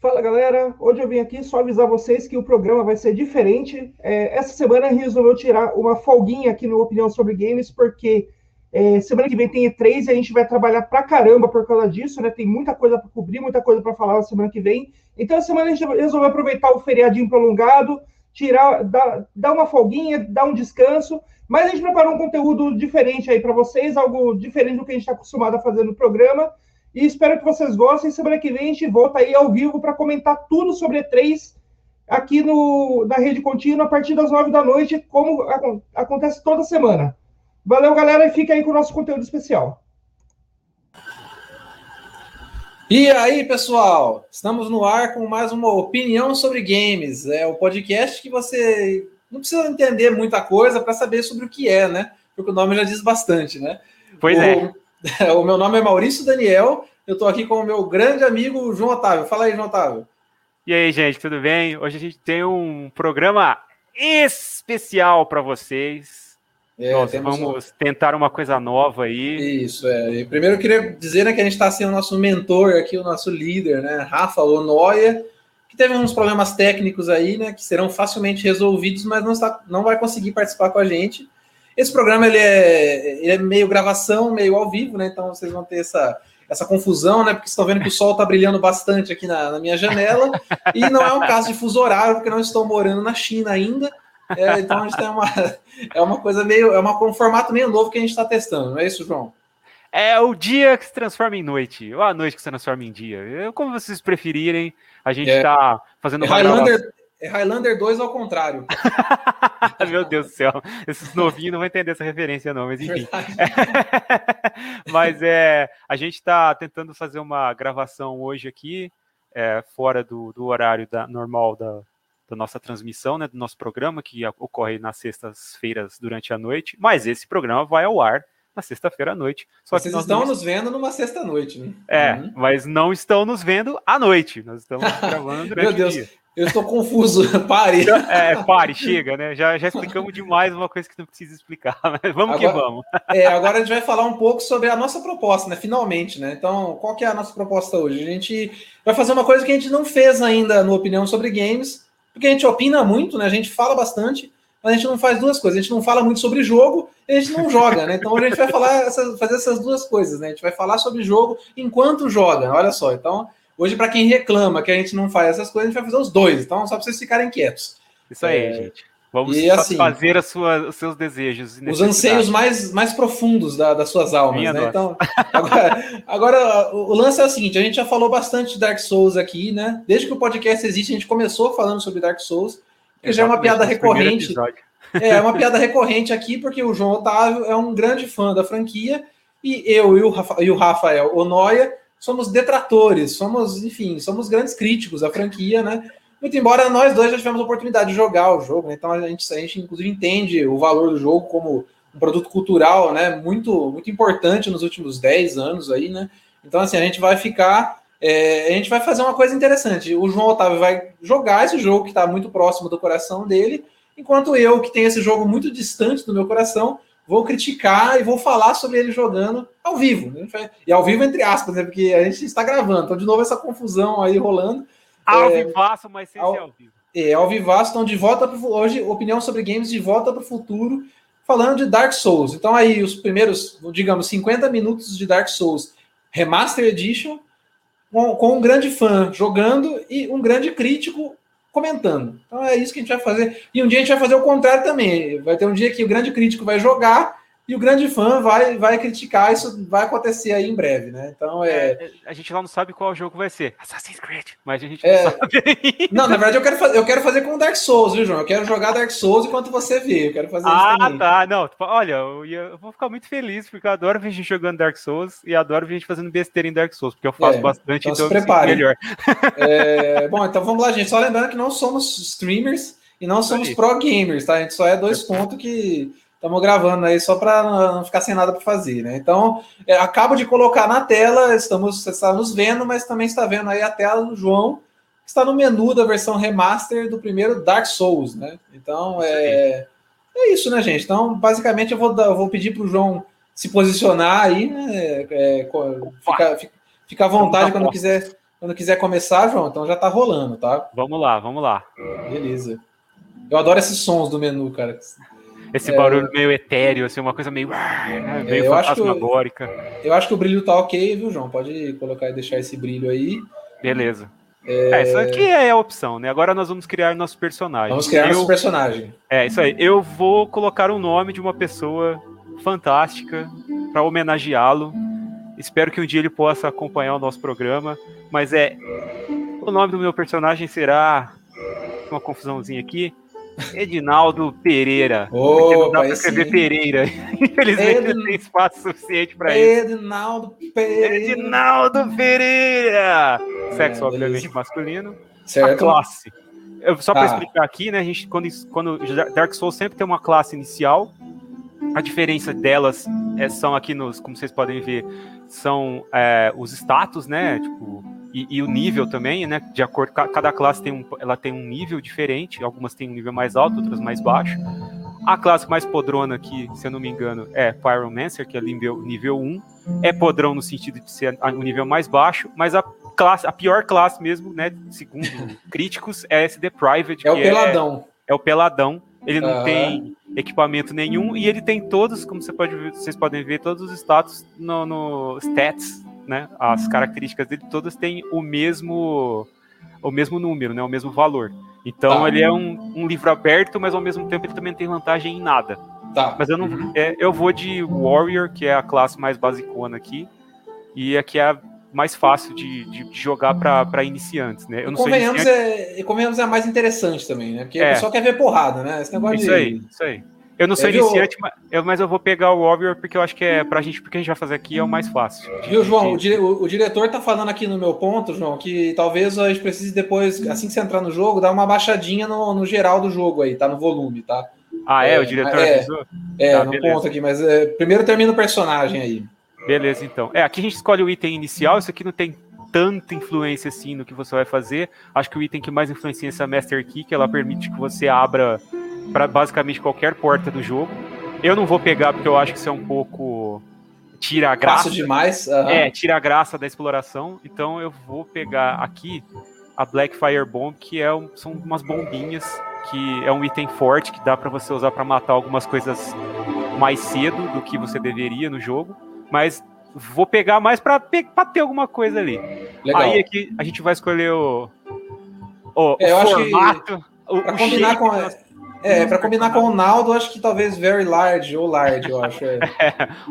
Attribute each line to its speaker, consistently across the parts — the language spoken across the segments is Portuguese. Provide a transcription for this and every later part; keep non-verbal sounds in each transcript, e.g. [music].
Speaker 1: Fala galera, hoje eu vim aqui só avisar vocês que o programa vai ser diferente. É, essa semana a gente resolveu tirar uma folguinha aqui no Opinião sobre Games, porque é, semana que vem tem E3 e a gente vai trabalhar pra caramba por causa disso, né? Tem muita coisa pra cobrir, muita coisa pra falar na semana que vem. Então, essa semana a gente resolveu aproveitar o feriadinho prolongado, tirar, dar, dar uma folguinha, dar um descanso. Mas a gente preparou um conteúdo diferente aí pra vocês, algo diferente do que a gente está acostumado a fazer no programa. E espero que vocês gostem. Semana que vem a gente volta aí ao vivo para comentar tudo sobre E3 aqui no, na Rede Contínua a partir das nove da noite, como acon- acontece toda semana. Valeu, galera, e fica aí com o nosso conteúdo especial.
Speaker 2: E aí, pessoal? Estamos no ar com mais uma opinião sobre games. É o podcast que você não precisa entender muita coisa para saber sobre o que é, né? Porque o nome já diz bastante, né?
Speaker 3: Pois
Speaker 2: o,
Speaker 3: é.
Speaker 2: [laughs] O meu nome é Maurício Daniel. Eu estou aqui com o meu grande amigo João Otávio. Fala aí, João Otávio.
Speaker 3: E aí, gente, tudo bem? Hoje a gente tem um programa especial para vocês.
Speaker 2: É,
Speaker 3: Nós
Speaker 2: temos um-
Speaker 3: vamos tentar uma coisa nova aí.
Speaker 2: Isso, é. E primeiro eu queria dizer né, que a gente está sendo o nosso mentor aqui, o nosso líder, né? Rafa Onoia, que teve uns problemas técnicos aí, né? Que serão facilmente resolvidos, mas não, está, não vai conseguir participar com a gente. Esse programa ele é, ele é meio gravação, meio ao vivo, né? Então vocês vão ter essa, essa confusão, né? Porque vocês estão vendo que o sol está brilhando bastante aqui na, na minha janela. E não é um caso de fuso horário, porque não estou morando na China ainda. É, então a gente tem uma, [laughs] é uma coisa meio. É uma, um formato meio novo que a gente está testando, não é isso, João?
Speaker 3: É o dia que se transforma em noite, ou a noite que se transforma em dia. Eu- Como vocês preferirem, a gente
Speaker 2: É.
Speaker 3: tá fazendo
Speaker 2: É
Speaker 3: uma gravação.
Speaker 2: Highlander, é Highlander 2 ao contrário.
Speaker 3: [laughs] Meu Deus do céu, esses novinhos não vão entender essa referência, não, mas enfim.
Speaker 2: Verdade.
Speaker 3: Mas é, a gente está tentando fazer uma gravação hoje aqui, é, fora do, do horário da- normal da, da nossa transmissão, né, do nosso programa, que a- ocorre nas sextas-feiras durante a noite. Mas esse programa vai ao ar na sexta-feira à noite.
Speaker 2: [laughs]
Speaker 3: Só
Speaker 2: Vocês
Speaker 3: que nós
Speaker 2: estão
Speaker 3: não,
Speaker 2: nos vendo numa sexta-noite, né?
Speaker 3: é,
Speaker 2: Uhum.
Speaker 3: mas não estão nos vendo à noite. Nós estamos
Speaker 2: [laughs]
Speaker 3: gravando durante
Speaker 2: Meu Deus.
Speaker 3: o dia.
Speaker 2: Eu estou confuso, [laughs]
Speaker 3: [laughs]
Speaker 2: pare.
Speaker 3: É, pare, chega, né? Já, já explicamos demais uma coisa que não precisa explicar, [laughs] mas vamos que
Speaker 2: Agora-
Speaker 3: vamos.
Speaker 2: É, agora a gente vai falar um pouco sobre a nossa proposta, né? Finalmente, né? Então, qual que é a nossa proposta hoje? A gente vai fazer uma coisa que a gente não fez ainda no Opinião sobre Games, porque a gente opina muito, né? A gente fala bastante, mas a gente não faz duas coisas. A gente não fala muito sobre jogo e a gente não joga, né? Então hoje a gente vai falar essas- fazer essas duas coisas, né? A gente vai falar sobre jogo enquanto joga, olha só. Então, hoje, para quem reclama que a gente não faz essas coisas, a gente vai fazer os dois. Então, só para vocês ficarem quietos.
Speaker 3: Isso aí,
Speaker 2: É,
Speaker 3: gente. Vamos
Speaker 2: e assim-
Speaker 3: fazer os seus desejos.
Speaker 2: os
Speaker 3: e necessidades.
Speaker 2: anseios mais, mais profundos da- das suas almas,
Speaker 3: Minha
Speaker 2: né?
Speaker 3: nossa.
Speaker 2: Então, agora, [laughs] agora, o o lance é o seguinte: a gente já falou bastante de Dark Souls aqui, né? Desde que o podcast existe, a gente começou falando sobre Dark Souls, que já é uma
Speaker 3: Exatamente,
Speaker 2: piada
Speaker 3: nosso primeiro
Speaker 2: recorrente.
Speaker 3: episódio.
Speaker 2: É, é uma piada recorrente aqui, porque o João Otávio é um grande fã da franquia, e eu e o, Rafa, e o Rafael Onoia somos detratores, somos, enfim, somos grandes críticos da franquia, né? Muito embora nós dois já tivemos a oportunidade de jogar o jogo, né? então a gente, a gente inclusive entende o valor do jogo como um produto cultural, né? Muito, muito importante nos últimos 10 anos aí, né? Então, assim, a gente vai ficar. é, a gente vai fazer uma coisa interessante. O João Otávio vai jogar esse jogo que está muito próximo do coração dele, Enquanto eu, que tenho esse jogo muito distante do meu coração, vou criticar e vou falar sobre ele jogando ao vivo. né? E ao vivo, entre aspas, né? Porque a gente está gravando. Então, de novo, essa confusão aí rolando.
Speaker 3: Ao vivaço, mas sem
Speaker 2: É. ao-
Speaker 3: ser ao vivo.
Speaker 2: É, ao vivaço, então, de volta pro, hoje, opinião sobre games de volta para o futuro, falando de Dark Souls. Então, aí, os primeiros, digamos, 50 minutos de Dark Souls Remaster Edition, com, com um grande fã jogando e um grande crítico comentando. Então, é isso que a gente vai fazer. E um dia a gente vai fazer o contrário também. Vai ter um dia que o grande crítico vai jogar e o grande fã vai, vai criticar. Isso vai acontecer aí em breve, né? Então, é.
Speaker 3: É, a gente lá não sabe qual jogo vai ser. Assassin's Creed. Mas a gente
Speaker 2: É.
Speaker 3: não sabe.
Speaker 2: Não, na verdade eu quero, fazer, eu quero fazer com Dark Souls, viu, João? Eu quero jogar Dark Souls enquanto você vê. Eu quero fazer isso
Speaker 3: Ah,
Speaker 2: também.
Speaker 3: tá. Não, tipo, olha, eu, ia- eu vou ficar muito feliz, porque eu adoro ver gente jogando Dark Souls e adoro ver gente fazendo besteira em Dark Souls, porque eu faço
Speaker 2: É,
Speaker 3: bastante,
Speaker 2: então
Speaker 3: então,
Speaker 2: se
Speaker 3: eu me sinto
Speaker 2: prepare.
Speaker 3: melhor.
Speaker 2: É, bom, então vamos lá, gente. Só lembrando que não somos streamers e não somos
Speaker 3: Aí.
Speaker 2: pro gamers, tá? A gente só é dois pontos que estamos gravando aí só para não ficar sem nada para fazer, né? Então, é, acabo de colocar na tela, estamos, você está nos vendo, mas também está vendo aí a tela do João, que está no menu da versão remaster do primeiro Dark Souls, né? Então,
Speaker 3: Isso
Speaker 2: é, é isso, né, gente? Então, basicamente, eu vou, dar- eu vou pedir para o João é, se posicionar aí, né? É, co- fica, fica à vontade quando quiser Quando quiser começar, João, então já tá rolando, tá?
Speaker 3: Vamos lá, vamos lá.
Speaker 2: Beleza. Eu adoro esses sons do menu, cara.
Speaker 3: Esse barulho meio etéreo, assim, uma coisa meio, né, meio
Speaker 2: É. eu acho que eu-
Speaker 3: fantasmagórica.
Speaker 2: Eu acho que o brilho tá ok, viu, João? Pode colocar e deixar esse brilho aí.
Speaker 3: Beleza. É, isso aqui é a opção, né? Agora nós vamos criar nosso personagem.
Speaker 2: Vamos criar
Speaker 3: Eu-
Speaker 2: nosso personagem.
Speaker 3: É, isso aí. Eu vou colocar o nome de uma pessoa fantástica para homenageá-lo. Espero que um dia ele possa acompanhar o nosso programa. Mas é. O nome do meu personagem será. Uma confusãozinha aqui. Edinaldo Pereira. Porque não dá
Speaker 2: Opa,
Speaker 3: pra
Speaker 2: esse
Speaker 3: escrever Pereira. [laughs] Infelizmente
Speaker 2: Edu-
Speaker 3: não tem espaço suficiente para isso.
Speaker 2: Edinaldo Pereira.
Speaker 3: Edinaldo Pereira! Sexo,
Speaker 2: beleza.
Speaker 3: obviamente, masculino a
Speaker 2: Certo?
Speaker 3: classe. Eu- só para
Speaker 2: Tá.
Speaker 3: explicar aqui, né? A gente quando quando Dark Souls sempre tem uma classe inicial. A diferença delas é, são aqui nos, como vocês podem ver, são é, os status, né? Tipo e, e o
Speaker 2: Hum.
Speaker 3: nível também, né? De acordo, ca- cada classe tem um, ela tem um nível diferente. Algumas têm um nível mais alto, outras mais baixo. A classe mais podrona aqui, se eu não me engano, é Pyromancer, que é nível, nível 1. É podrão no sentido de ser a- o nível mais baixo, mas a, classe, a pior classe mesmo, né?
Speaker 2: [laughs]
Speaker 3: Segundo críticos, é SD Private,
Speaker 2: É o
Speaker 3: que
Speaker 2: peladão.
Speaker 3: é o peladão. Ele não
Speaker 2: Aham.
Speaker 3: tem equipamento nenhum e ele tem todos, como você pode ver- vocês podem ver, todos os status no, no stats, né? As características dele todas têm o mesmo o mesmo número, né? O mesmo valor. Então
Speaker 2: Tá.
Speaker 3: ele é um, um livro aberto, mas ao mesmo tempo ele também não tem vantagem em nada.
Speaker 2: Tá.
Speaker 3: Mas eu não, é, eu vou de warrior, que é a classe mais basicona aqui e aqui é a mais fácil de, de- de jogar para iniciantes, né? Eu não sou
Speaker 2: Convenhamos
Speaker 3: iniciante.
Speaker 2: é, e convenhamos é a mais interessante também, né? Porque
Speaker 3: É.
Speaker 2: o pessoal quer ver porrada, né? Esse negócio
Speaker 3: Isso
Speaker 2: de...
Speaker 3: aí, isso aí. Eu não sou
Speaker 2: É, viu?
Speaker 3: iniciante, mas eu, mas eu vou pegar o Warrior porque eu acho que é pra gente, porque a gente vai fazer aqui é o mais fácil.
Speaker 2: Viu, João? O,
Speaker 3: De-
Speaker 2: dire- o- o diretor tá falando aqui no meu ponto, João, que talvez a gente precise depois, assim que você entrar no jogo, dar uma baixadinha no, no geral do jogo aí, tá? No volume, tá?
Speaker 3: Ah, é?
Speaker 2: é,
Speaker 3: o diretor
Speaker 2: é.
Speaker 3: avisou?
Speaker 2: É,
Speaker 3: Tá,
Speaker 2: no
Speaker 3: beleza.
Speaker 2: ponto aqui, mas é, primeiro termina o personagem aí.
Speaker 3: Beleza, então. É, aqui a gente escolhe o item inicial, isso aqui não tem tanta influência assim no que você vai fazer. Acho que o item que mais influencia é essa Master Key, que ela permite que você abra para basicamente qualquer porta do jogo. Eu não vou pegar porque eu acho que isso é um pouco tira a graça.
Speaker 2: Fácil demais. aham.
Speaker 3: É, tira a graça da exploração. Então eu vou pegar aqui a Black Fire Bomb, que é um- são umas bombinhas, que é um item forte que dá pra você usar pra matar algumas coisas mais cedo do que você deveria no jogo. Mas vou pegar mais pra, pe- pra ter alguma coisa ali.
Speaker 2: Legal.
Speaker 3: Aí é aqui a gente vai escolher o, o,
Speaker 2: É,
Speaker 3: o
Speaker 2: eu acho que
Speaker 3: formato. o-
Speaker 2: Pra
Speaker 3: o
Speaker 2: combinar
Speaker 3: shape
Speaker 2: com.
Speaker 3: do nosso-
Speaker 2: É, pra combinar com o Naldo, acho que talvez very large ou large, eu acho. é.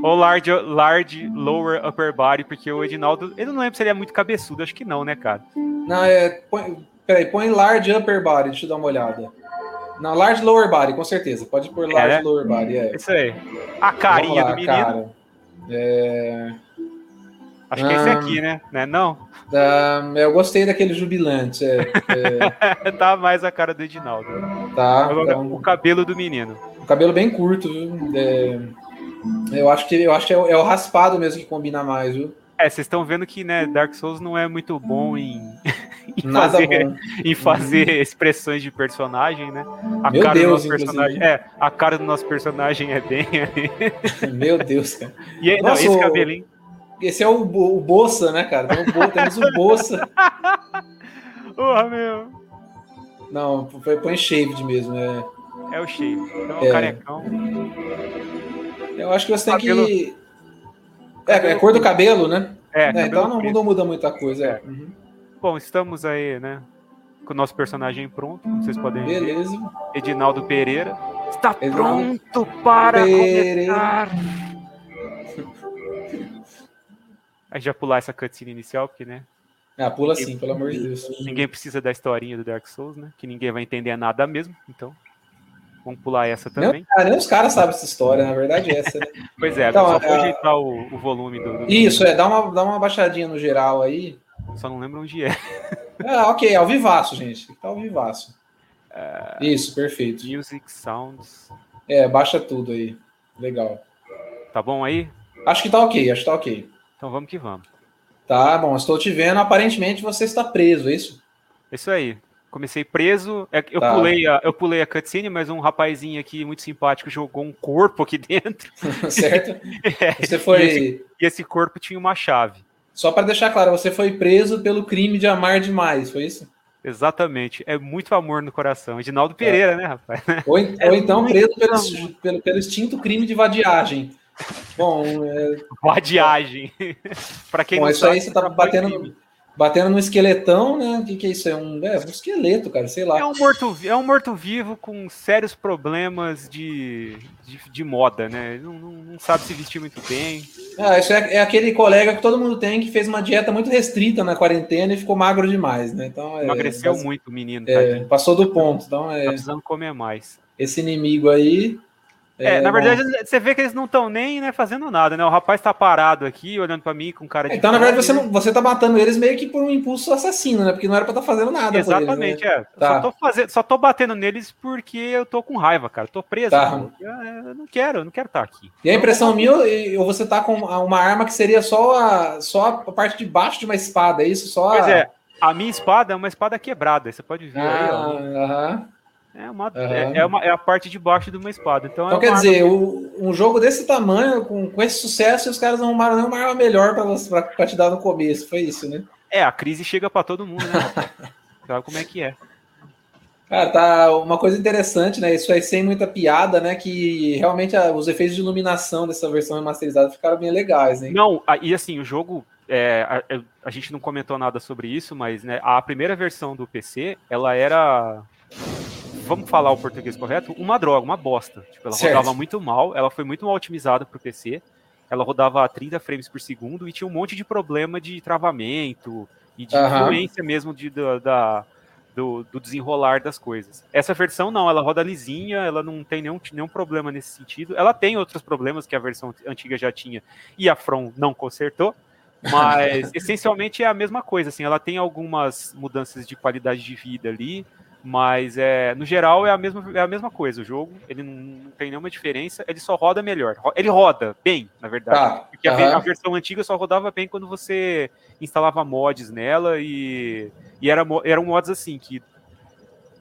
Speaker 3: Ou large, large, lower, upper body, porque o Edinaldo, eu não lembro se ele é muito cabeçudo, acho que não, né, cara?
Speaker 2: Não, é. Põe, peraí, põe large upper body, deixa eu dar uma olhada. Não, large lower body, com certeza. Pode pôr large
Speaker 3: É, né?
Speaker 2: lower body, é.
Speaker 3: Isso aí. A carinha
Speaker 2: Vamos lá,
Speaker 3: do menino.
Speaker 2: Cara. É,
Speaker 3: Acho que é esse
Speaker 2: Ah.
Speaker 3: aqui, né? Né, Não? [laughs]
Speaker 2: ah, eu gostei daquele jubilante. É, é,
Speaker 3: tá mais a cara do Edinaldo. [laughs]
Speaker 2: tá,
Speaker 3: Agora,
Speaker 2: tá um,
Speaker 3: o cabelo do menino.
Speaker 2: um cabelo bem curto, viu? É, eu acho que, eu acho que é, o- é o raspado mesmo que combina mais, viu?
Speaker 3: É, vocês estão vendo que, né, Dark Souls não é muito bom em, [laughs] em
Speaker 2: Nada
Speaker 3: fazer,
Speaker 2: bom.
Speaker 3: em fazer expressões de personagem, né? A
Speaker 2: Meu
Speaker 3: cara do
Speaker 2: Deus,
Speaker 3: nosso personagem. É, a cara do nosso personagem é bem.
Speaker 2: Meu Deus, cara.
Speaker 3: e aí, não,
Speaker 2: Nossa,
Speaker 3: esse
Speaker 2: o-
Speaker 3: cabelinho.
Speaker 2: Esse é o, Bo- o Bolsa, né, cara? Tem o Bo- temos o Bolsa.
Speaker 3: Porra, meu.
Speaker 2: Não, foi põe shaved mesmo. né?
Speaker 3: É o shape. Então,
Speaker 2: É.
Speaker 3: o carecão.
Speaker 2: Eu acho que você tem
Speaker 3: Cabelo-
Speaker 2: que. É, é cor do cabelo, né?
Speaker 3: É,
Speaker 2: É,
Speaker 3: cabelo
Speaker 2: então não
Speaker 3: preto.
Speaker 2: muda, muda muita coisa. é. Uhum.
Speaker 3: Bom, estamos aí, né? Com o nosso personagem pronto, como vocês podem ver.
Speaker 2: Beleza.
Speaker 3: Edinaldo Pereira. Está
Speaker 2: Edinaldo
Speaker 3: pronto para
Speaker 2: Pereira.
Speaker 3: começar. A gente vai É pular essa cutscene inicial, porque né,
Speaker 2: Ah, pula assim, pelo amor de Deus.
Speaker 3: ninguém precisa da historinha do Dark Souls, né? Que ninguém vai entender nada mesmo, então vamos pular essa também.
Speaker 2: Ah, nem os caras sabem essa história, na verdade, é [laughs] essa. Né?
Speaker 3: Pois é,
Speaker 2: Então,
Speaker 3: só
Speaker 2: é-
Speaker 3: vou ajeitar o, o volume do, do-
Speaker 2: Isso, é, dá uma, dá uma baixadinha no geral aí.
Speaker 3: Só não lembro onde é.
Speaker 2: Ah, ok, ao vivaço, gente. Tá ao vivaço. Isso, perfeito.
Speaker 3: Music Sounds.
Speaker 2: É, baixa tudo aí. Legal.
Speaker 3: Tá bom aí?
Speaker 2: Acho que tá ok, acho que tá ok.
Speaker 3: Então vamos que vamos.
Speaker 2: Tá bom, estou te vendo. Aparentemente você está preso, é isso? [laughs]
Speaker 3: Isso aí. Comecei preso. é que Eu,
Speaker 2: Tá.
Speaker 3: pulei a, eu pulei a cutscene, mas um rapazinho aqui muito simpático jogou um corpo aqui [laughs] dentro.
Speaker 2: [laughs] certo? Você
Speaker 3: E
Speaker 2: foi.
Speaker 3: E esse corpo tinha uma chave.
Speaker 2: Só para deixar claro, você foi preso pelo crime de amar demais, foi isso?
Speaker 3: Exatamente. É muito amor no coração. Edinaldo Pereira, é. né, rapaz?
Speaker 2: Ou, é ou então preso pelo, pelo, pelo extinto crime de vadiagem. Bom, é...
Speaker 3: [laughs] vadiagem. para quem
Speaker 2: Bom, isso sabe, aí você tá batendo, batendo no esqueletão, né? O que, que é isso? É um, é um esqueleto, cara, sei lá.
Speaker 3: É um morto-vivo é um morto -vivo com sérios problemas de, de, de moda, né? Não, não, não, sabe se vestir muito bem.
Speaker 2: Ah, isso é, é, aquele colega que todo mundo tem que fez uma dieta muito restrita na quarentena e ficou magro demais, né? Então, é,
Speaker 3: Emagreceu mas, muito o menino.
Speaker 2: É, passou do ponto. Então, é,
Speaker 3: tá precisando comer mais.
Speaker 2: Esse inimigo aí
Speaker 3: é, é, na verdade, bom. você vê que eles não estão nem né, fazendo nada, né? O rapaz está parado aqui, olhando para mim com cara de.
Speaker 2: Então, na verdade, você, não, você tá matando eles meio que por um impulso assassino, né? Porque não era para estar tá fazendo nada.
Speaker 3: Exatamente, eles, né? é. Tá. Só, tô fazendo, só tô batendo neles porque eu tô com raiva, cara. Eu tô preso. Tá. Eu, eu, não quero, eu não quero estar tá aqui.
Speaker 2: E a impressão minha, ou você tá com uma arma que seria só a, só a parte de baixo de uma espada, é isso? Só a...
Speaker 3: Pois é, a minha espada é uma espada quebrada, você pode ver ah,
Speaker 2: aí, ó. Aham.
Speaker 3: É, uma, uhum. é, é, uma, é, a parte de baixo de uma espada. Então, então
Speaker 2: é
Speaker 3: quer
Speaker 2: arma... dizer, o, um jogo desse tamanho, com, com esse sucesso, os caras não arrumaram nenhuma arma melhor para te dar no começo. Foi isso, né?
Speaker 3: É, a crise chega para todo mundo, [laughs] né? Sabe como é que é.
Speaker 2: Cara, tá uma coisa interessante, né? Isso aí sem muita piada, né? Que realmente a, os efeitos de iluminação dessa versão remasterizada ficaram bem legais, né?
Speaker 3: Não, a, e assim, o jogo. é, A, a, gente não comentou nada sobre isso, mas né, a primeira versão do PC, ela era vamos falar o português correto, uma droga, uma bosta. Tipo, ela certo. rodava muito mal, ela foi muito mal otimizada para o PC, ela rodava a 30 frames por segundo e tinha um monte de problema de travamento e de uhum. influência mesmo de, da, da do, do, desenrolar das coisas. Essa versão não, ela roda lisinha, ela não tem nenhum, nenhum problema nesse sentido. Ela tem outros problemas que a versão antiga já tinha e a From não consertou, mas [laughs] essencialmente é a mesma coisa. Assim, ela tem algumas mudanças de qualidade de vida ali, mas é, no geral é a, mesma, é a mesma coisa. O jogo ele não, não tem nenhuma diferença, ele só roda melhor. Ele roda bem, na verdade. Tá, porque uhum. a, a, versão antiga só rodava bem quando você instalava mods nela e, e era, eram mods assim que,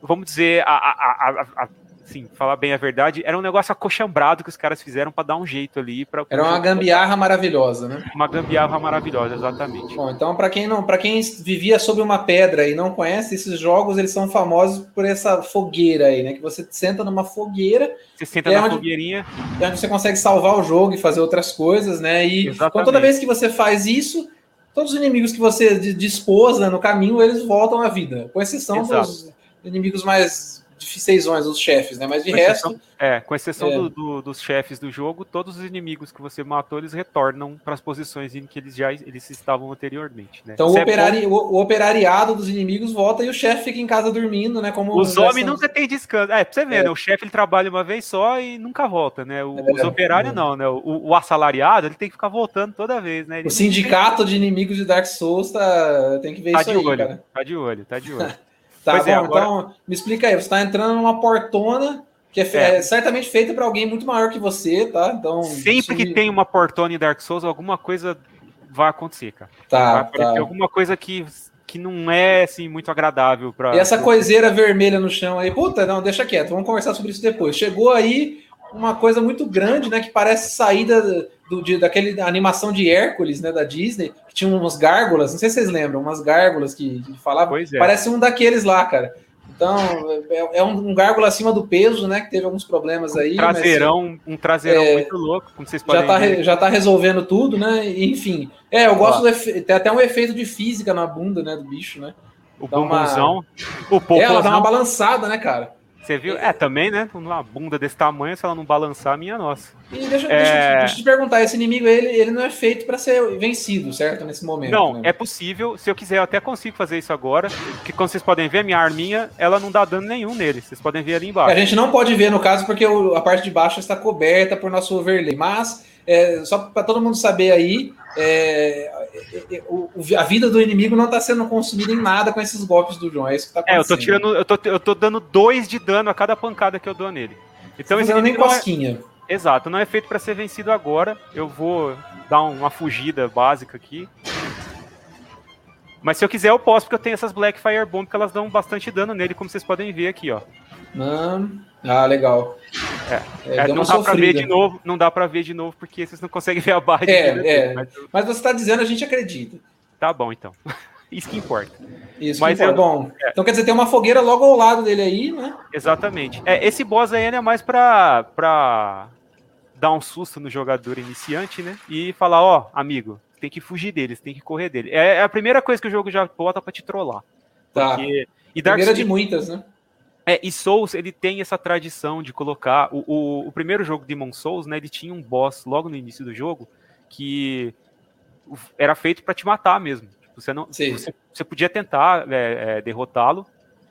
Speaker 3: vamos dizer, a, a, a assim, falar bem a verdade, era um negócio acochambrado que os caras fizeram para dar um jeito ali. Pra,
Speaker 2: era uma gambiarra maravilhosa, né?
Speaker 3: Uma gambiarra maravilhosa, exatamente.
Speaker 2: Bom, então, para quem não, para quem vivia sob uma pedra e não conhece, esses jogos eles são famosos por essa fogueira aí, né? Que você senta numa fogueira.
Speaker 3: Você senta é na onde, fogueirinha.
Speaker 2: É onde você consegue salvar o jogo e fazer outras coisas, né? E então, toda vez que você faz isso. Todos os inimigos que você dispôs né, no caminho, eles voltam à vida. Com exceção Exato. dos inimigos mais difíceisões os chefes, né? Mas de com
Speaker 3: exceção,
Speaker 2: resto.
Speaker 3: É, com exceção é. Do, do, dos chefes do jogo, todos os inimigos que você matou, eles retornam para as posições em que eles já eles estavam anteriormente, né?
Speaker 2: Então o, operari, é o, o, operariado dos inimigos volta e o chefe fica em casa dormindo, né? Como
Speaker 3: os homens nunca tem descanso. É, pra você ver, é. né? O chefe ele trabalha uma vez só e nunca volta, né? O,
Speaker 2: É.
Speaker 3: os operários não, né? O, o, assalariado ele tem que ficar voltando toda vez, né? Ele
Speaker 2: o sindicato tem... de inimigos de Dark Souls tá... tem que ver
Speaker 3: tá
Speaker 2: isso
Speaker 3: de
Speaker 2: aí,
Speaker 3: olho,
Speaker 2: cara.
Speaker 3: Tá de olho, tá
Speaker 2: [laughs]
Speaker 3: de olho.
Speaker 2: Tá pois bom, é, agora... então me explica aí. Você está entrando numa portona que é, fe... é. é certamente feita para alguém muito maior que você, tá? Então
Speaker 3: sempre que me... tem uma portona em Dark Souls, alguma coisa vai acontecer, cara.
Speaker 2: Tá,
Speaker 3: vai aparecer
Speaker 2: tá.
Speaker 3: alguma coisa que que não é assim muito agradável para.
Speaker 2: E essa coiseira vermelha no chão aí, puta, não, deixa quieto. Vamos conversar sobre isso depois. Chegou aí uma coisa muito grande, né, que parece saída do, de, daquele da animação de Hércules, né, da Disney, que tinha umas gárgulas, não sei se vocês lembram, umas gárgulas que, que falavam,
Speaker 3: é.
Speaker 2: parece um daqueles lá, cara. Então, é, é um, um, gárgula acima do peso, né, que teve alguns problemas aí. Um
Speaker 3: traseirão, né? mas, um traseirão é, muito louco, como vocês podem
Speaker 2: já tá, ver. Já tá resolvendo tudo, né, enfim. É, eu gosto, efe, tem até um efeito de física na bunda, né, do bicho, né.
Speaker 3: O dá bombonzão, uma... o popozão.
Speaker 2: É, ela dá uma balançada, né, cara.
Speaker 3: Você viu? É, também, né? Uma bunda desse tamanho, se ela não balançar, minha nossa.
Speaker 2: E deixa, é... deixa, deixa eu te perguntar, esse inimigo, ele, ele não é feito para ser vencido, certo? Nesse momento.
Speaker 3: Não, né? é possível. Se eu quiser, eu até consigo fazer isso agora. Que como vocês podem ver, minha arminha, ela não dá dano nenhum nele. Vocês podem ver ali embaixo.
Speaker 2: A gente não pode ver, no caso, porque a parte de baixo está coberta por nosso overlay. Mas, é, só para todo mundo saber aí, é, a vida do inimigo não está sendo consumida em nada com esses golpes do John. É isso que tá acontecendo.
Speaker 3: É, eu tô tirando, eu tô, eu tô dando dois de dano a cada pancada que eu dou nele. Então
Speaker 2: esse nem cosquinha.
Speaker 3: É, exato, não é feito para ser vencido um, agora. Eu vou dar uma fugida básica aqui. Mas se eu quiser, eu posso, porque eu tenho essas Black Fire Bomb que elas dão bastante dano nele, como vocês podem ver aqui, ó.
Speaker 2: Ah, legal.
Speaker 3: É,
Speaker 2: deu
Speaker 3: não
Speaker 2: uma
Speaker 3: dá pra ver
Speaker 2: sofrida.
Speaker 3: de novo, não dá pra ver de novo, porque vocês não conseguem ver a barra de vida
Speaker 2: É, é.
Speaker 3: dele, mas
Speaker 2: Mas você está dizendo, a gente acredita.
Speaker 3: Tá bom, então. [laughs] Isso que importa.
Speaker 2: Isso
Speaker 3: Mas
Speaker 2: que é
Speaker 3: eu-
Speaker 2: bom. Então quer dizer, tem uma fogueira logo ao lado dele aí, né?
Speaker 3: Exatamente. É, esse boss aí ele é mais pra, pra dar um susto no jogador iniciante, né? E falar, ó, amigo, tem que fugir deles, tem que correr dele. É, é a primeira coisa que o jogo já bota pra te trollar.
Speaker 2: Tá.
Speaker 3: Porque- e Dark
Speaker 2: Primeira de
Speaker 3: Souls,
Speaker 2: muitas, né?
Speaker 3: é, e Souls, ele tem essa tradição de colocar... O, o, o primeiro jogo, Demon Souls, né? Ele tinha um boss logo no início do jogo que era feito pra te matar mesmo. Tipo, Você não,
Speaker 2: Sim.
Speaker 3: você, você podia tentar é, é, derrotá-lo.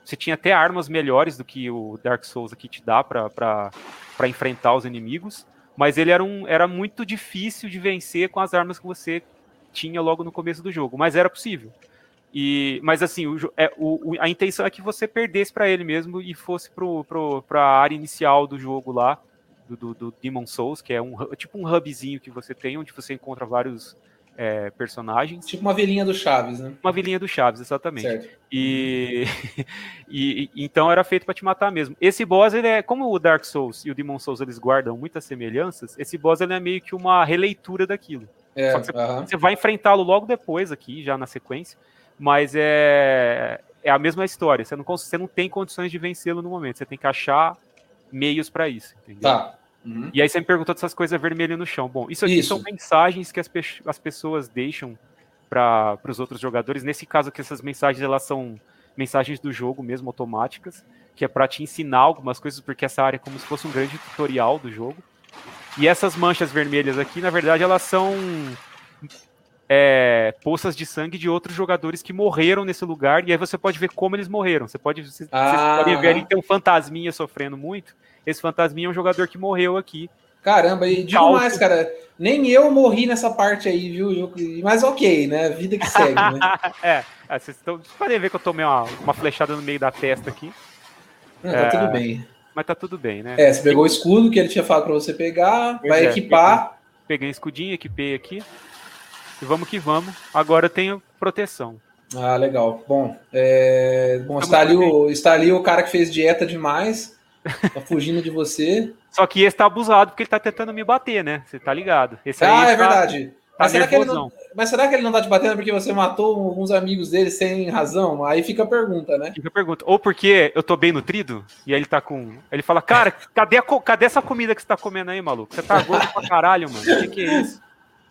Speaker 3: Você tinha até armas melhores do que o Dark Souls aqui te dá para enfrentar os inimigos. Mas ele era, um, era muito difícil de vencer com as armas que você tinha logo no começo do jogo. Mas era possível. E, mas assim, o jo- é, o- o- a intenção é que você perdesse para ele mesmo e fosse para a área inicial do jogo lá, do, do, do Demon Souls, que é um, hu- tipo um hubzinho que você tem, onde você encontra vários é, personagens
Speaker 2: Tipo uma velhinha do Chaves, né?
Speaker 3: uma vilinha do Chaves, exatamente.
Speaker 2: Certo.
Speaker 3: E, [laughs] e- e- então era feito pra te matar mesmo. Esse boss ele é como o Dark Souls e o Demon Souls eles guardam muitas semelhanças. Esse boss ele é meio que uma releitura daquilo.
Speaker 2: É,
Speaker 3: Só que você-
Speaker 2: aham.
Speaker 3: Você vai enfrentá-lo logo depois aqui, já na sequência, mas é é a mesma história. Você não cons- você não tem condições de vencê-lo no momento. Você tem que achar meios pra isso. Entendeu?
Speaker 2: Tá. Uhum.
Speaker 3: E aí você me perguntou dessas coisas vermelhas no chão. Bom, isso aqui
Speaker 2: Isso.
Speaker 3: são mensagens que as, pe- as pessoas deixam para os outros jogadores. Nesse caso aqui, essas mensagens elas são mensagens do jogo mesmo, automáticas, que é para te ensinar algumas coisas, porque essa área é como se fosse um grande tutorial do jogo. E essas manchas vermelhas aqui, na verdade, elas são é, poças de sangue de outros jogadores que morreram nesse lugar, e aí você pode ver como eles morreram. Você pode vocês, vocês
Speaker 2: Ah,
Speaker 3: podem ver
Speaker 2: aham.
Speaker 3: ali que tem um fantasminha sofrendo muito. Esse fantasminha é um jogador que morreu aqui.
Speaker 2: Caramba, e digo
Speaker 3: Calço.
Speaker 2: mais, cara, nem eu morri nessa parte aí, viu? Eu- Mas ok, né? Vida que segue, né?
Speaker 3: [laughs] Ah, vocês, estão, vocês podem ver que eu tomei uma, uma flechada no meio da testa aqui,
Speaker 2: Não, tá
Speaker 3: É.
Speaker 2: tudo bem.
Speaker 3: mas tá tudo bem, né?
Speaker 2: É, você pegou o escudo que ele tinha falado pra você pegar,
Speaker 3: Pois
Speaker 2: vai
Speaker 3: é,
Speaker 2: equipar.
Speaker 3: Peguei um escudinho, equipei aqui. E vamos que vamos. Agora eu tenho proteção.
Speaker 2: Ah, legal. Bom, é, bom
Speaker 3: Tá
Speaker 2: está, ali
Speaker 3: muito
Speaker 2: o, está ali o cara que fez dieta demais, tá fugindo de você.
Speaker 3: [laughs] Só que esse tá abusado porque ele tá tentando me bater, né? Você tá ligado? Esse aí
Speaker 2: Ah,
Speaker 3: tá,
Speaker 2: é verdade.
Speaker 3: tá
Speaker 2: Mas será que ele
Speaker 3: nervosão.
Speaker 2: Mas será que ele não tá te batendo porque você matou alguns amigos dele sem razão? Aí fica a pergunta, né?
Speaker 3: Fica a pergunta. Ou porque eu tô bem nutrido e aí ele tá com. Ele fala, cara, cadê, a co- cadê essa comida que você tá comendo aí, maluco? Você tá gordo pra caralho, mano. O que, que é isso?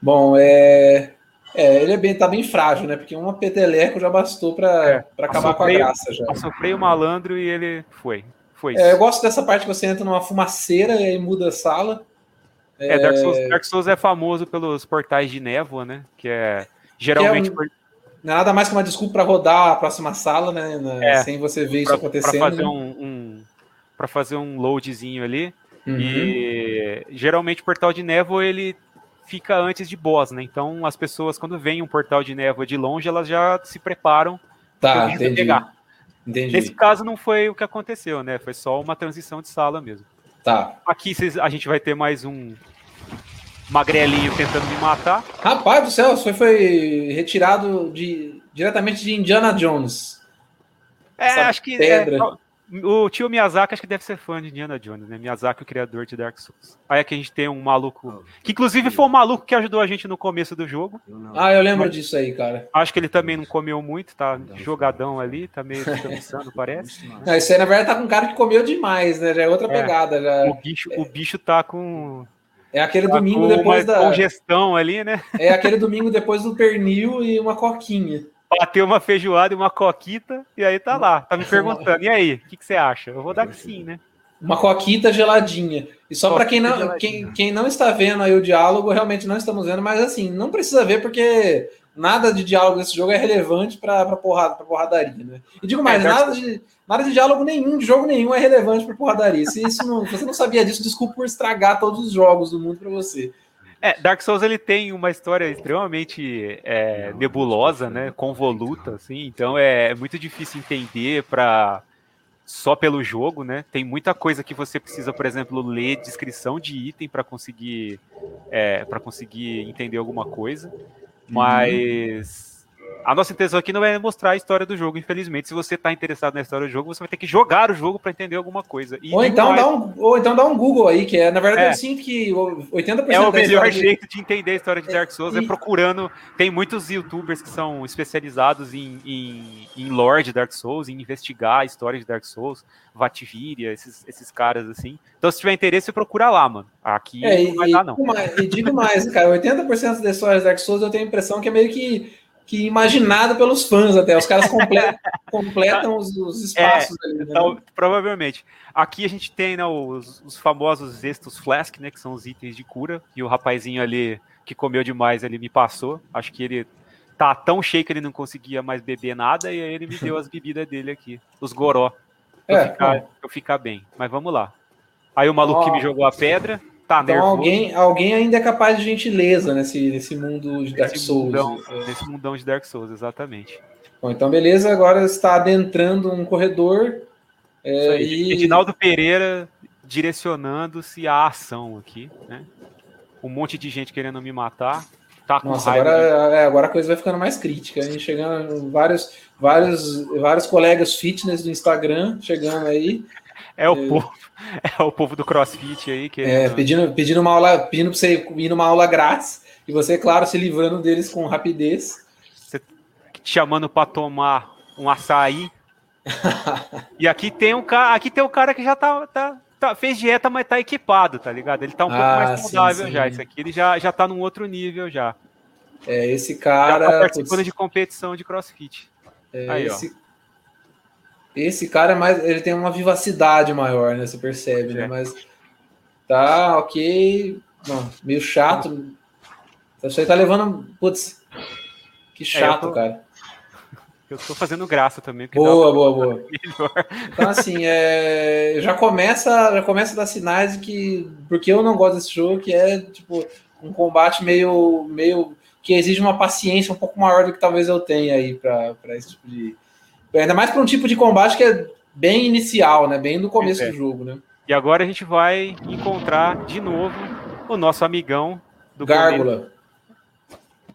Speaker 2: Bom, é. É, ele é bem, tá bem frágil, né? Porque uma peteleco já bastou pra,
Speaker 3: É,
Speaker 2: pra acabar com a
Speaker 3: assoprei-
Speaker 2: graça já.
Speaker 3: Eu sofrei o malandro e ele foi. Foi isso.
Speaker 2: É, eu gosto dessa parte que você entra numa fumaceira e aí muda a sala.
Speaker 3: É, Dark Souls, Dark Souls é famoso pelos portais de névoa, né? Que é geralmente
Speaker 2: um- Não é nada mais que uma desculpa pra rodar a próxima sala, né? Na-
Speaker 3: É,
Speaker 2: sem você ver isso
Speaker 3: pra- pra
Speaker 2: acontecendo. né?
Speaker 3: fazer um, um para fazer um loadzinho ali.
Speaker 2: Uhum.
Speaker 3: E geralmente o portal de névoa ele fica antes de boss, né? Então as pessoas quando veem um portal de névoa de longe elas já se preparam
Speaker 2: Tá,
Speaker 3: pra
Speaker 2: entendi.
Speaker 3: pegar.
Speaker 2: Entendi.
Speaker 3: Nesse caso não foi o que aconteceu, né? Foi só uma transição de sala mesmo.
Speaker 2: Tá.
Speaker 3: Aqui vocês- a gente vai ter mais um magrelinho tentando me matar.
Speaker 2: Rapaz do céu, você foi retirado de, diretamente de Indiana Jones.
Speaker 3: É,
Speaker 2: Essa
Speaker 3: acho que.
Speaker 2: pedra.
Speaker 3: é, tal- o tio Miyazaki acho que deve ser fã de Indiana Jones, né? Miyazaki, o criador de Dark Souls. Aí é que a gente tem um maluco. Que inclusive foi um maluco que ajudou a gente no começo do jogo.
Speaker 2: Ah, eu lembro disso aí, cara.
Speaker 3: Acho que ele também não comeu muito, tá jogadão ali, tá meio descansando, parece.
Speaker 2: Não, isso aí, na verdade, tá com um cara que comeu demais, né? Já [laughs] é outra
Speaker 3: É.
Speaker 2: pegada.
Speaker 3: O
Speaker 2: Já.
Speaker 3: bicho, o bicho tá com,
Speaker 2: É aquele
Speaker 3: tá
Speaker 2: domingo
Speaker 3: com uma
Speaker 2: depois da.
Speaker 3: congestão ali, né?
Speaker 2: É aquele domingo depois do pernil e uma coquinha.
Speaker 3: Bateu uma feijoada e uma coquita, e aí tá lá, tá me perguntando, e aí, o que, que você acha? Eu vou dar que sim, né?
Speaker 2: Uma coquita geladinha. E só para quem não, quem, quem não está vendo aí o diálogo, realmente não estamos vendo, mas assim, não precisa ver porque nada de diálogo desse jogo é relevante para porrada, pra porradaria, né? E digo mais,
Speaker 3: É, Dark
Speaker 2: nada, de, nada de diálogo nenhum, de jogo nenhum é relevante para porradaria. Se, isso não, se você não sabia disso, desculpa por estragar todos os jogos do mundo para você.
Speaker 3: É, Dark Souls ele tem uma história extremamente é, nebulosa, né? Convoluta, assim. Então é muito difícil entender para só pelo jogo, né? Tem muita coisa que você precisa, por exemplo, ler descrição de item para conseguir é, para conseguir entender alguma coisa. Mas A nossa intenção aqui não é mostrar a história do jogo, infelizmente. Se você está interessado na história do jogo, você vai ter que jogar o jogo para entender alguma coisa. E
Speaker 2: Ou então,
Speaker 3: mais-
Speaker 2: dá um, ou então dá um Google aí, que é, na verdade,
Speaker 3: É.
Speaker 2: eu sinto que 80% [laughs]
Speaker 3: É o
Speaker 2: da
Speaker 3: melhor
Speaker 2: história de-
Speaker 3: jeito de entender a história de Dark Souls, é
Speaker 2: e-
Speaker 3: procurando. Tem muitos youtubers que são especializados em, em, em lore de Dark Souls, em investigar a história de Dark Souls, Vativiria, esses, esses caras assim. Então, se tiver interesse, você procura lá, mano. Aqui
Speaker 2: É,
Speaker 3: não vai
Speaker 2: e,
Speaker 3: dar, não.
Speaker 2: digo mais- e digo mais, cara, 80% das histórias Dark Souls eu tenho a impressão que é meio que, que imaginado pelos fãs até. Os caras
Speaker 3: [laughs]
Speaker 2: comple- completam os, os espaços ali. né?
Speaker 3: É, Então, provavelmente. Aqui a gente tem né, os, os famosos extos flask, né? Que são os itens de cura. E o rapazinho ali que comeu demais, ele me passou. Acho que ele tá tão cheio que ele não conseguia mais beber nada. E aí ele me deu as bebidas dele aqui. Os goró. Pra
Speaker 2: É,
Speaker 3: eu, ficar, pra eu ficar bem. Mas vamos lá. Aí o maluco que me
Speaker 2: Ó.
Speaker 3: jogou a pedra. Tá
Speaker 2: então
Speaker 3: nervoso.
Speaker 2: alguém, alguém ainda é capaz de gentileza nesse, nesse mundo de Dark
Speaker 3: nesse
Speaker 2: Souls.
Speaker 3: mundão, nesse mundão de Dark Souls, exatamente.
Speaker 2: Bom, então beleza, agora está adentrando um corredor. é,
Speaker 3: E...
Speaker 2: e...
Speaker 3: Edinaldo Pereira direcionando-se à ação aqui, né? Um monte de gente querendo me matar. Tá com
Speaker 2: Nossa,
Speaker 3: raiva.
Speaker 2: agora, é, agora a coisa vai ficando mais crítica. A gente chegando, vários, vários, vários colegas fitness do Instagram chegando aí,
Speaker 3: É o povo, [laughs] é o povo do CrossFit aí que
Speaker 2: é, pedindo, pedindo uma aula, pedindo pra você ir numa aula grátis, e você, claro, se livrando deles com rapidez.
Speaker 3: te chamando pra tomar
Speaker 2: [laughs]
Speaker 3: um açaí. e aqui tem um cara, aqui tem um cara que já tá, tá, tá- fez dieta, mas tá equipado, tá ligado? Ele tá um pouco
Speaker 2: Ah,
Speaker 3: mais
Speaker 2: sim,
Speaker 3: saudável
Speaker 2: sim.
Speaker 3: já. Isso aqui ele já, já tá num outro nível já.
Speaker 2: É, esse
Speaker 3: já tá
Speaker 2: cara.
Speaker 3: participando
Speaker 2: putz,
Speaker 3: de competição de CrossFit.
Speaker 2: é,
Speaker 3: aí, ó.
Speaker 2: esse, esse cara é mais. Ele tem uma vivacidade maior, né? Você percebe, né?
Speaker 3: É.
Speaker 2: Mas tá ok. Bom, meio chato. Você tá levando. Putz, que chato,
Speaker 3: É, tô-
Speaker 2: cara.
Speaker 3: Eu tô fazendo graça também. porque
Speaker 2: Boa, boa, boa.
Speaker 3: melhor.
Speaker 2: [laughs] Então, assim, é, já começa já começa a dar sinais de que. Porque eu não gosto desse jogo, que é tipo um combate meio. meio que exige uma paciência um pouco maior do que talvez eu tenha aí pra pra esse tipo de. Ainda mais pra um tipo de combate que é bem inicial, né? Bem do começo
Speaker 3: É.
Speaker 2: do jogo, né?
Speaker 3: E agora a gente vai encontrar de novo o nosso amigão do
Speaker 2: Gárgula.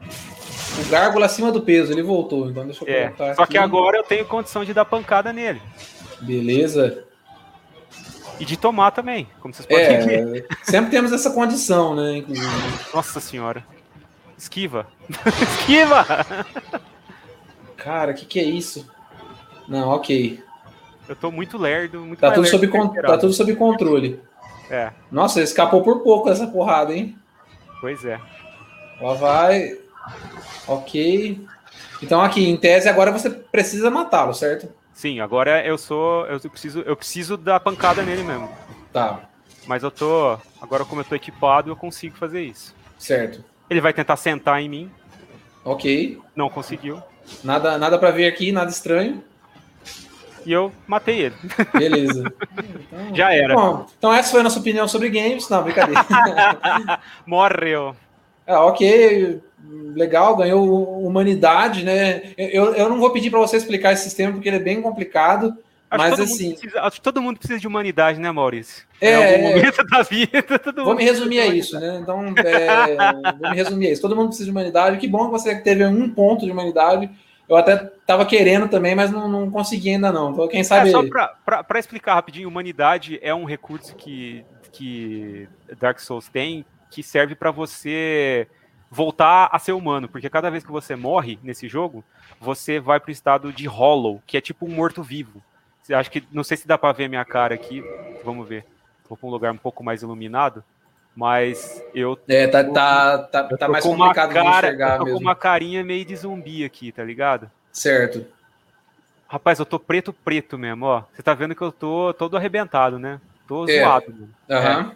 Speaker 2: O Gárgula acima do peso, ele voltou, então deixa eu
Speaker 3: É,
Speaker 2: colocar
Speaker 3: Só que
Speaker 2: aqui.
Speaker 3: agora eu tenho condição de dar pancada nele.
Speaker 2: Beleza.
Speaker 3: E de tomar também, como vocês podem ver.
Speaker 2: É, sempre temos essa condição, né? Inclusive.
Speaker 3: Nossa senhora. Esquiva. [laughs] Esquiva!
Speaker 2: Cara, o que, que é isso? Não, ok.
Speaker 3: Eu tô muito lerdo, muito
Speaker 2: Tá
Speaker 3: mais
Speaker 2: tudo,
Speaker 3: lerdo
Speaker 2: sob
Speaker 3: do que eu
Speaker 2: con-
Speaker 3: esperava.
Speaker 2: tá tudo sob controle.
Speaker 3: É,
Speaker 2: Nossa, escapou por pouco essa porrada, hein?
Speaker 3: pois é.
Speaker 2: Lá vai. Ok. Então aqui, em tese, agora você precisa matá-lo, certo?
Speaker 3: Sim, agora eu sou. Eu preciso, eu preciso dar pancada nele mesmo.
Speaker 2: Tá,
Speaker 3: Mas eu tô. Agora, como eu tô equipado, eu consigo fazer isso.
Speaker 2: certo.
Speaker 3: Ele vai tentar sentar em mim.
Speaker 2: Ok.
Speaker 3: Não conseguiu.
Speaker 2: Nada, nada para ver aqui, nada estranho.
Speaker 3: E eu matei ele.
Speaker 2: Beleza. Então,
Speaker 3: Já era.
Speaker 2: Bom, então essa foi a nossa opinião sobre games. Não,
Speaker 3: [laughs]
Speaker 2: brincadeira.
Speaker 3: Morreu.
Speaker 2: Ah, ok, legal, ganhou humanidade, né? Eu, eu não vou pedir para você explicar esse sistema porque ele é bem complicado,
Speaker 3: Acho que
Speaker 2: mas
Speaker 3: todo mundo
Speaker 2: assim,
Speaker 3: precisa- acho que todo mundo precisa de humanidade, né, Maurício?
Speaker 2: É,
Speaker 3: Em algum
Speaker 2: é.
Speaker 3: momento [laughs] da vida, todo
Speaker 2: vou
Speaker 3: mundo
Speaker 2: me resumir a
Speaker 3: precisa de
Speaker 2: isso, né? Então, é, vou me resumir a isso. Todo mundo precisa de humanidade. Que bom que você teve um ponto de humanidade. Eu até tava querendo também, mas não, não consegui ainda não. Então, quem
Speaker 3: É,
Speaker 2: sabe...
Speaker 3: só pra- pra pra explicar rapidinho, humanidade é um recurso que, que Dark Souls tem que serve pra você voltar a ser humano, porque cada vez que você morre nesse jogo, você vai pro estado de Hollow, que é tipo um morto-vivo. Você acha que não sei se dá pra ver minha cara aqui, vamos ver. Vou pra um lugar um pouco mais iluminado, mas eu
Speaker 2: É, tá, tá, tá, tá
Speaker 3: tô
Speaker 2: mais
Speaker 3: com uma
Speaker 2: complicado de
Speaker 3: cara- eu
Speaker 2: enxergar
Speaker 3: tô com
Speaker 2: mesmo.
Speaker 3: uma carinha meio de zumbi aqui, tá ligado?
Speaker 2: Certo.
Speaker 3: Rapaz, eu tô preto, preto mesmo, ó. Você tá vendo que eu tô todo arrebentado, né? Tô
Speaker 2: É.
Speaker 3: zoado. Mano.
Speaker 2: Aham.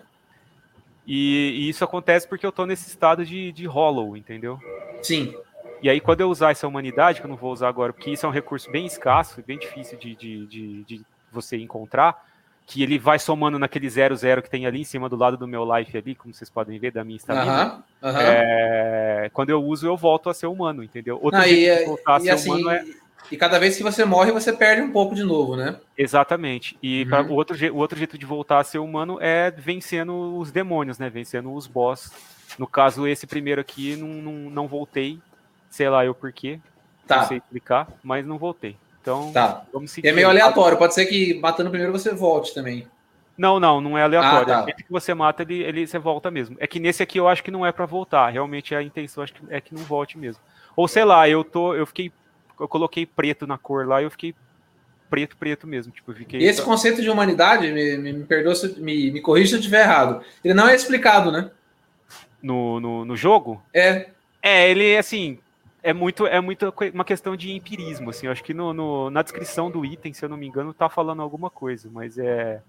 Speaker 3: E, e isso acontece porque eu tô nesse estado de, de hollow, entendeu?
Speaker 2: Sim.
Speaker 3: E aí, quando eu usar essa humanidade, que eu não vou usar agora, porque isso é um recurso bem escasso e bem difícil de, de, de, de você encontrar, que ele vai somando naquele 00 que tem ali em cima do lado do meu life ali, como vocês podem ver, da minha estamina.
Speaker 2: Aham. Aham.
Speaker 3: Tá É, quando eu uso, eu volto a ser humano, entendeu? Outro
Speaker 2: Não,
Speaker 3: jeito
Speaker 2: e,
Speaker 3: de voltar a
Speaker 2: e
Speaker 3: ser
Speaker 2: assim,
Speaker 3: humano é
Speaker 2: e cada vez que você morre, você perde um pouco de novo, né?
Speaker 3: Exatamente. E
Speaker 2: Uhum.
Speaker 3: pra- o, outro, je- o outro jeito de voltar a ser humano é vencendo os demônios, né? Vencendo os boss. No caso, esse primeiro aqui, não, não, não voltei. Sei lá eu por quê.
Speaker 2: Tá.
Speaker 3: Não sei explicar, mas não voltei. Então,
Speaker 2: Tá.
Speaker 3: vamos seguir.
Speaker 2: E é meio aleatório, pode ser que matando primeiro você volte também.
Speaker 3: Não, não, não é aleatório.
Speaker 2: Ah, tá.
Speaker 3: Sempre que você mata, ele, ele você volta mesmo. É que nesse aqui eu acho que não é pra voltar. Realmente a intenção acho que é que não volte mesmo. Ou sei lá, eu tô, eu fiquei, eu coloquei preto na cor lá e eu fiquei preto, preto mesmo. Tipo, eu fiquei.
Speaker 2: Esse conceito de humanidade, me, me, me perdoa se eu- me, me corrija se eu estiver errado. Ele não é explicado, né?
Speaker 3: no, no, no jogo?
Speaker 2: É.
Speaker 3: É, ele assim é muito é muito que- uma questão de empirismo assim. Eu acho que no, no- na descrição do item, se eu não me engano, tá falando alguma coisa, mas é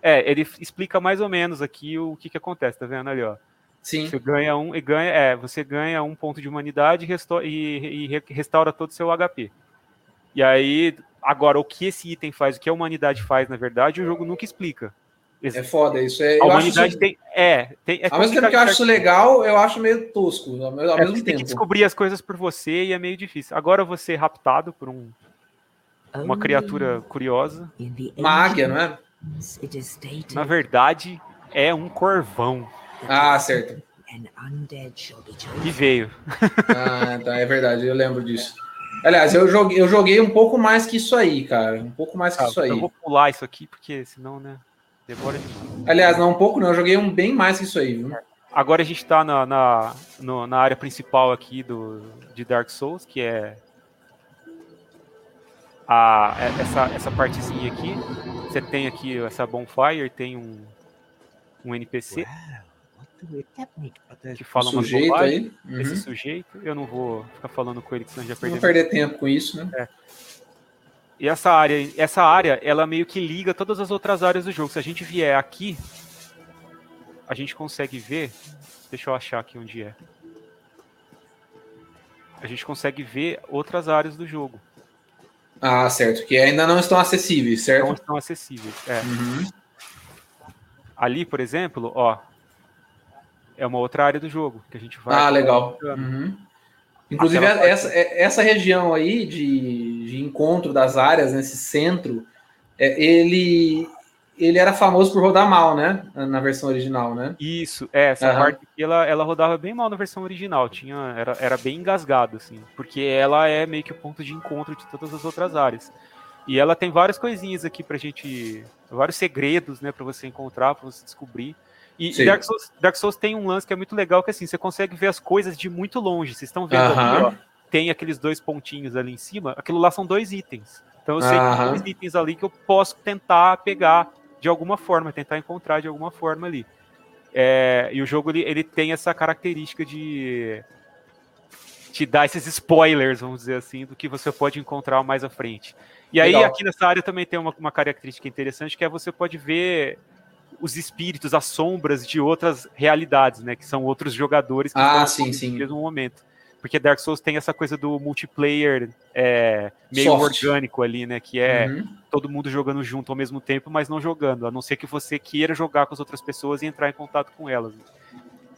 Speaker 3: é ele explica mais ou menos aqui o que que acontece. Tá vendo ali ó?
Speaker 2: Sim.
Speaker 3: Você ganha um e ganha é você ganha um ponto de humanidade e resto- e, e re- restaura todo o seu HP. E aí agora o que esse item faz, o que a humanidade faz na verdade, o jogo nunca explica.
Speaker 2: É foda isso. É,
Speaker 3: A
Speaker 2: eu acho
Speaker 3: humanidade
Speaker 2: isso- Ah,
Speaker 3: tem é tem é
Speaker 2: Ao mesmo tempo que eu acho isso
Speaker 3: complicado-
Speaker 2: legal, eu acho meio tosco. Ao mesmo, ao
Speaker 3: É,
Speaker 2: mesmo
Speaker 3: você tem que
Speaker 2: tempo.
Speaker 3: descobrir as coisas por você e é meio difícil. Agora você é raptado por um- uma
Speaker 2: Ah.
Speaker 3: criatura curiosa.
Speaker 2: Uma águia, não é?
Speaker 3: Na verdade, é um corvão
Speaker 2: Ah, certo.
Speaker 3: que veio.
Speaker 2: Ah, tá, é verdade, eu lembro disso. Aliás, eu joguei, eu joguei um pouco mais que isso aí, cara. Um pouco mais que
Speaker 3: Ah,
Speaker 2: isso aí.
Speaker 3: Eu vou pular isso aqui, porque senão, né? Demora demais.
Speaker 2: Aliás, não um pouco, não. Eu joguei um bem mais que isso aí, viu?
Speaker 3: Agora a gente tá na, na, no- na área principal aqui do, de Dark Souls, que é. A, é- essa, essa partezinha aqui. Você tem aqui essa bonfire, tem um, um NPC que
Speaker 2: O
Speaker 3: fala uma
Speaker 2: um sujeito aí. Uhum.
Speaker 3: esse sujeito. Eu não vou ficar falando com ele, que senão já
Speaker 2: Não
Speaker 3: perdemos.
Speaker 2: perder tempo com isso, né?
Speaker 3: E essa área, essa área, ela meio que liga todas as outras áreas do jogo. Se a gente vier aqui, a gente consegue ver. Deixa eu achar aqui onde é. A gente consegue ver outras áreas do jogo.
Speaker 2: Ah, certo. Que ainda não estão acessíveis,
Speaker 3: Não
Speaker 2: certo?
Speaker 3: estão acessíveis. É.
Speaker 2: Uhum.
Speaker 3: Ali, por exemplo, ó. É uma outra área do jogo que a gente vai.
Speaker 2: Ah, legal. Uhum. Inclusive,
Speaker 3: Aquela parte-
Speaker 2: essa, é- essa região aí de, de encontro das áreas, nesse centro, é, ele, ele era famoso por rodar mal, né? Na versão original, né?
Speaker 3: Isso, é, essa
Speaker 2: Aham.
Speaker 3: parte aqui, ela, ela rodava bem mal na versão original, tinha, era, era bem engasgado, assim, porque ela é meio que o ponto de encontro de todas as outras áreas. E ela tem várias coisinhas aqui pra gente, vários segredos, né, pra você encontrar, pra você descobrir. E, e
Speaker 2: Sim.
Speaker 3: Dark, Souls, Dark Souls tem um lance que é muito legal, que assim, você consegue ver as coisas de muito longe, vocês estão vendo ali,
Speaker 2: Aham.
Speaker 3: ó, tem aqueles dois pontinhos ali em cima, aquilo lá são dois itens. Então eu sei que
Speaker 2: Aham.
Speaker 3: tem dois itens ali que eu posso tentar pegar de alguma forma, tentar encontrar de alguma forma ali. É, e o jogo ele, ele tem essa característica de te dar esses spoilers, vamos dizer assim, do que você pode encontrar mais à frente. E aí,
Speaker 2: Legal.
Speaker 3: aqui nessa área também tem uma, uma característica interessante que é você pode ver os espíritos, as sombras de outras realidades, né? Que são outros jogadores que
Speaker 2: Ah, sim,
Speaker 3: estão no
Speaker 2: sim.
Speaker 3: mesmo momento. Porque Dark Souls tem essa coisa do multiplayer é, meio
Speaker 2: Soft.
Speaker 3: orgânico ali, né? Que é
Speaker 2: Uhum.
Speaker 3: todo mundo jogando junto ao mesmo tempo, mas não jogando, a não ser que você queira jogar com as outras pessoas e entrar em contato com elas. né?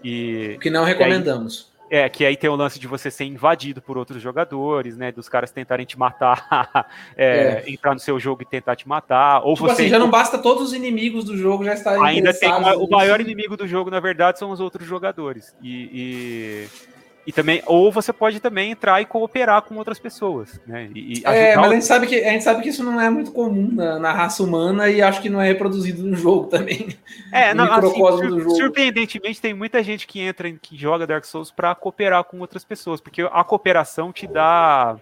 Speaker 3: E
Speaker 2: O que não recomendamos.
Speaker 3: é que aí tem o lance de você ser invadido por outros jogadores, né? Dos caras tentarem te matar, [laughs] é, entrar no seu jogo e tentar te matar, ou
Speaker 2: Tipo
Speaker 3: você
Speaker 2: assim, já não basta todos os inimigos do jogo já estarem
Speaker 3: ainda tem uma-
Speaker 2: interessados
Speaker 3: o maior
Speaker 2: nisso.
Speaker 3: inimigo do jogo, na verdade, são os outros jogadores. E, e, e também, ou você pode também entrar e cooperar com outras pessoas, né? E, e
Speaker 2: É,
Speaker 3: ajudar
Speaker 2: mas a
Speaker 3: outras
Speaker 2: gente, sabe que, a gente sabe que isso não é muito comum na, na raça humana e acho que não é reproduzido no jogo também.
Speaker 3: É,
Speaker 2: o
Speaker 3: não, assim,
Speaker 2: microcosmo do
Speaker 3: sur-
Speaker 2: jogo.
Speaker 3: surpreendentemente tem muita gente que entra, em- que joga Dark Souls pra cooperar com outras pessoas, porque a cooperação te dá,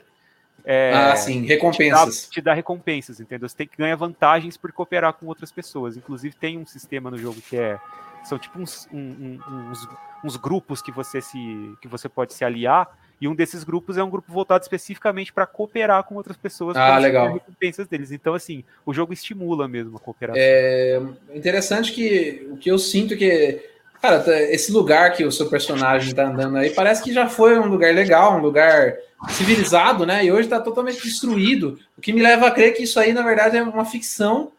Speaker 3: é,
Speaker 2: ah, sim,
Speaker 3: te, dá
Speaker 2: recompensas.
Speaker 3: te dá recompensas, entendeu? Você tem que ganhar vantagens por cooperar com outras pessoas. Inclusive tem um sistema no jogo que é são tipo uns, um- um- uns, uns grupos que você se que você pode se aliar e um desses grupos é um grupo voltado especificamente pra cooperar com outras pessoas
Speaker 2: Ah,
Speaker 3: pra você
Speaker 2: legal.
Speaker 3: ter recompensas deles. Então assim, o jogo estimula mesmo a cooperação.
Speaker 2: É interessante que o que eu sinto é que. Cara, tá- esse lugar que o seu personagem tá andando aí parece que já foi um lugar legal, um lugar civilizado, né? E hoje tá totalmente destruído. O que me leva a crer que isso aí, na verdade, é uma ficção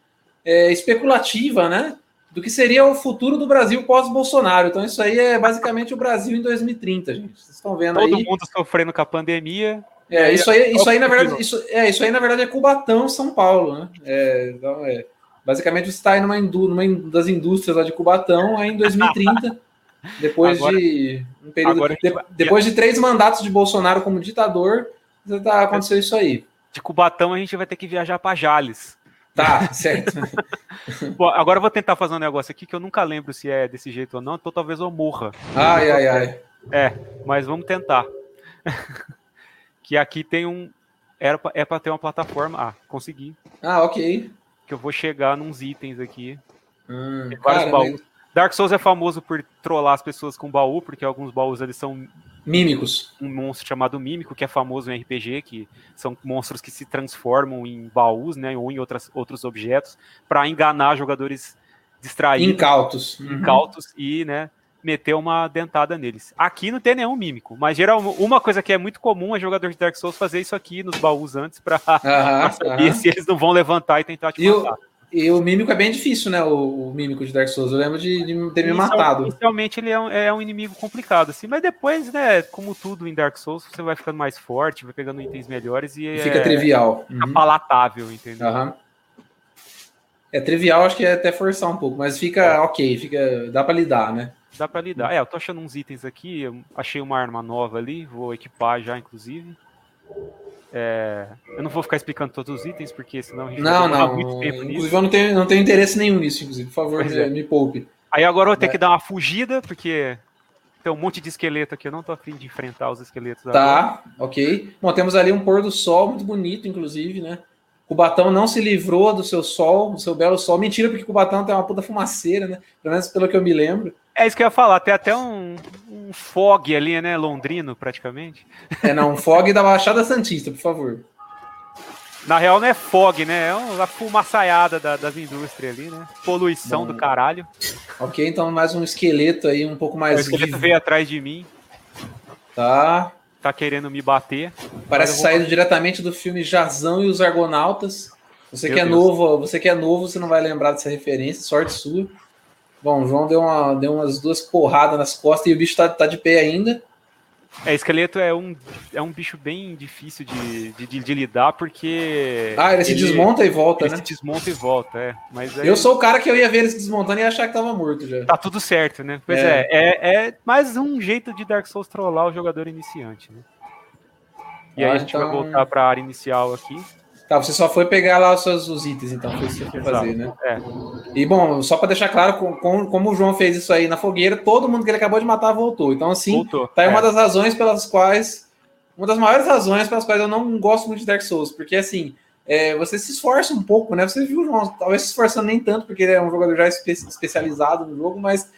Speaker 2: é, especulativa, né? Do que seria o futuro do Brasil pós-Bolsonaro. Então, isso aí é basicamente o Brasil em 2030, gente. Vocês estão vendo
Speaker 3: Todo
Speaker 2: aí.
Speaker 3: mundo sofrendo com a pandemia,
Speaker 2: É, isso aí, isso aí, na verdade, isso, é, isso aí, na verdade, é Cubatão, São Paulo, né? É, então, é, basicamente, você está aí numa, indú- numa in- das indústrias lá de Cubatão aí em 2030,
Speaker 3: [laughs]
Speaker 2: depois
Speaker 3: Agora-
Speaker 2: de um período.
Speaker 3: agora a gente
Speaker 2: de-
Speaker 3: vai-
Speaker 2: depois de três mandatos de Bolsonaro como ditador, tá, aconteceu isso aí.
Speaker 3: De Cubatão a gente vai ter que viajar para Jales.
Speaker 2: Tá, [laughs] certo.
Speaker 3: Bom, agora eu vou tentar fazer um negócio aqui que eu nunca lembro se é desse jeito ou não, então talvez eu morra.
Speaker 2: Ai, ai, ai.
Speaker 3: É, mas vamos tentar. que aqui tem um. Era pra, é para ter uma plataforma. Ah, consegui.
Speaker 2: Ah, ok.
Speaker 3: Que eu vou chegar nos itens aqui.
Speaker 2: Hum,
Speaker 3: Tem vários
Speaker 2: cara,
Speaker 3: baús.
Speaker 2: mas-
Speaker 3: Dark Souls é famoso por trollar as pessoas com baú, porque alguns baús eles são
Speaker 2: Mímicos.
Speaker 3: um monstro chamado Mímico, que é famoso em RPG, que são monstros que se transformam em baús, né, ou em outras, outros objetos, para enganar jogadores distraídos,
Speaker 2: Incautos. Uhum.
Speaker 3: incautos Uhum. e, né, meter uma dentada neles. Aqui não tem nenhum mímico, mas geral uma coisa que é muito comum é jogador de Dark Souls fazer isso aqui nos baús antes para
Speaker 2: Aham,
Speaker 3: [laughs] saber
Speaker 2: aham.
Speaker 3: se eles não vão levantar e tentar te
Speaker 2: Ah, tá. E o-
Speaker 3: matar.
Speaker 2: E o mímico é bem difícil, né? O, o mímico de Dark Souls. Eu lembro de, de ter me
Speaker 3: Inicial-
Speaker 2: matado.
Speaker 3: é um Inicialmente ele é um, é um inimigo complicado, assim, mas depois, né, como tudo em Dark Souls, você vai ficando mais forte, vai pegando itens melhores e
Speaker 2: Fica
Speaker 3: é,
Speaker 2: trivial. Uhum.
Speaker 3: palatável, entendeu?
Speaker 2: Aham. É trivial, acho que é até forçar um pouco, mas
Speaker 3: É.
Speaker 2: fica ok, fica, dá pra lidar, né?
Speaker 3: Dá pra lidar. É, eu tô achando uns itens aqui, eu achei uma arma nova ali, vou equipar já, inclusive. É, eu não vou ficar explicando todos os itens, porque senão a gente vai
Speaker 2: Não,
Speaker 3: demorar
Speaker 2: não.
Speaker 3: muito tempo nisso.
Speaker 2: Inclusive, eu não tenho, não tenho interesse nenhum nisso, inclusive. Por favor,
Speaker 3: Pois
Speaker 2: me,
Speaker 3: é.
Speaker 2: me poupe.
Speaker 3: Aí agora eu vou ter
Speaker 2: Né?
Speaker 3: que dar uma fugida, porque tem um monte de esqueleto aqui, eu não tô afim de enfrentar os esqueletos agora.
Speaker 2: Tá, ok. Bom, temos ali um pôr do sol muito bonito, inclusive, né? Cubatão não se livrou do seu sol, do seu belo sol. Mentira, porque Cubatão tem uma puta fumaceira, né? Pelo menos pelo que eu me lembro.
Speaker 3: É isso que eu ia falar, tem até um, um fog ali, né, londrino, praticamente.
Speaker 2: É,
Speaker 3: [laughs]
Speaker 2: não, um fog da Baixada Santista, por favor.
Speaker 3: Na real, não é fog, né? É uma fumaçaiada da- das indústrias ali, né? Poluição
Speaker 2: Não.
Speaker 3: do caralho.
Speaker 2: Ok, então mais um esqueleto aí, um pouco
Speaker 3: o
Speaker 2: mais
Speaker 3: esqueleto
Speaker 2: vivo.
Speaker 3: veio atrás de mim,
Speaker 2: Tá.
Speaker 3: tá querendo me bater.
Speaker 2: Parece
Speaker 3: Olha, eu vou-
Speaker 2: saído diretamente do filme Jazão e os Argonautas. Você
Speaker 3: Meu
Speaker 2: que é
Speaker 3: Deus.
Speaker 2: novo, você que é novo, você não vai lembrar dessa referência, sorte sua. Bom, o João deu, uma, deu umas duas porradas nas costas e o bicho tá, tá de pé ainda.
Speaker 3: É, esqueleto é um, é um bicho bem difícil de, de, de- de lidar, porque.
Speaker 2: Ah, ele se desmonta e volta,
Speaker 3: Ele
Speaker 2: né?
Speaker 3: se desmonta e volta, é. Mas aí
Speaker 2: Eu sou o cara que eu ia ver ele se desmontando e ia achar que tava morto já.
Speaker 3: Tá tudo certo, né? Pois é. É, é mais um jeito de Dark Souls trollar o jogador iniciante, né? E aí
Speaker 2: Ah,
Speaker 3: a gente vai
Speaker 2: então-
Speaker 3: voltar pra área inicial aqui.
Speaker 2: Tá, você só foi pegar lá os seus os itens, então, foi isso que você foi fazer, né?
Speaker 3: É.
Speaker 2: E bom, só pra deixar claro, com- com- como o João fez isso aí na fogueira, todo mundo que ele acabou de matar voltou. Então, assim,
Speaker 3: Voltou.
Speaker 2: Tá aí
Speaker 3: é.
Speaker 2: uma das razões pelas quais. Uma das maiores razões pelas quais eu não gosto muito de Dark Souls, porque assim, é, você se esforça um pouco, né? Você viu o João, talvez se esforçando nem tanto, porque ele é um jogador já espe- especializado no jogo, mas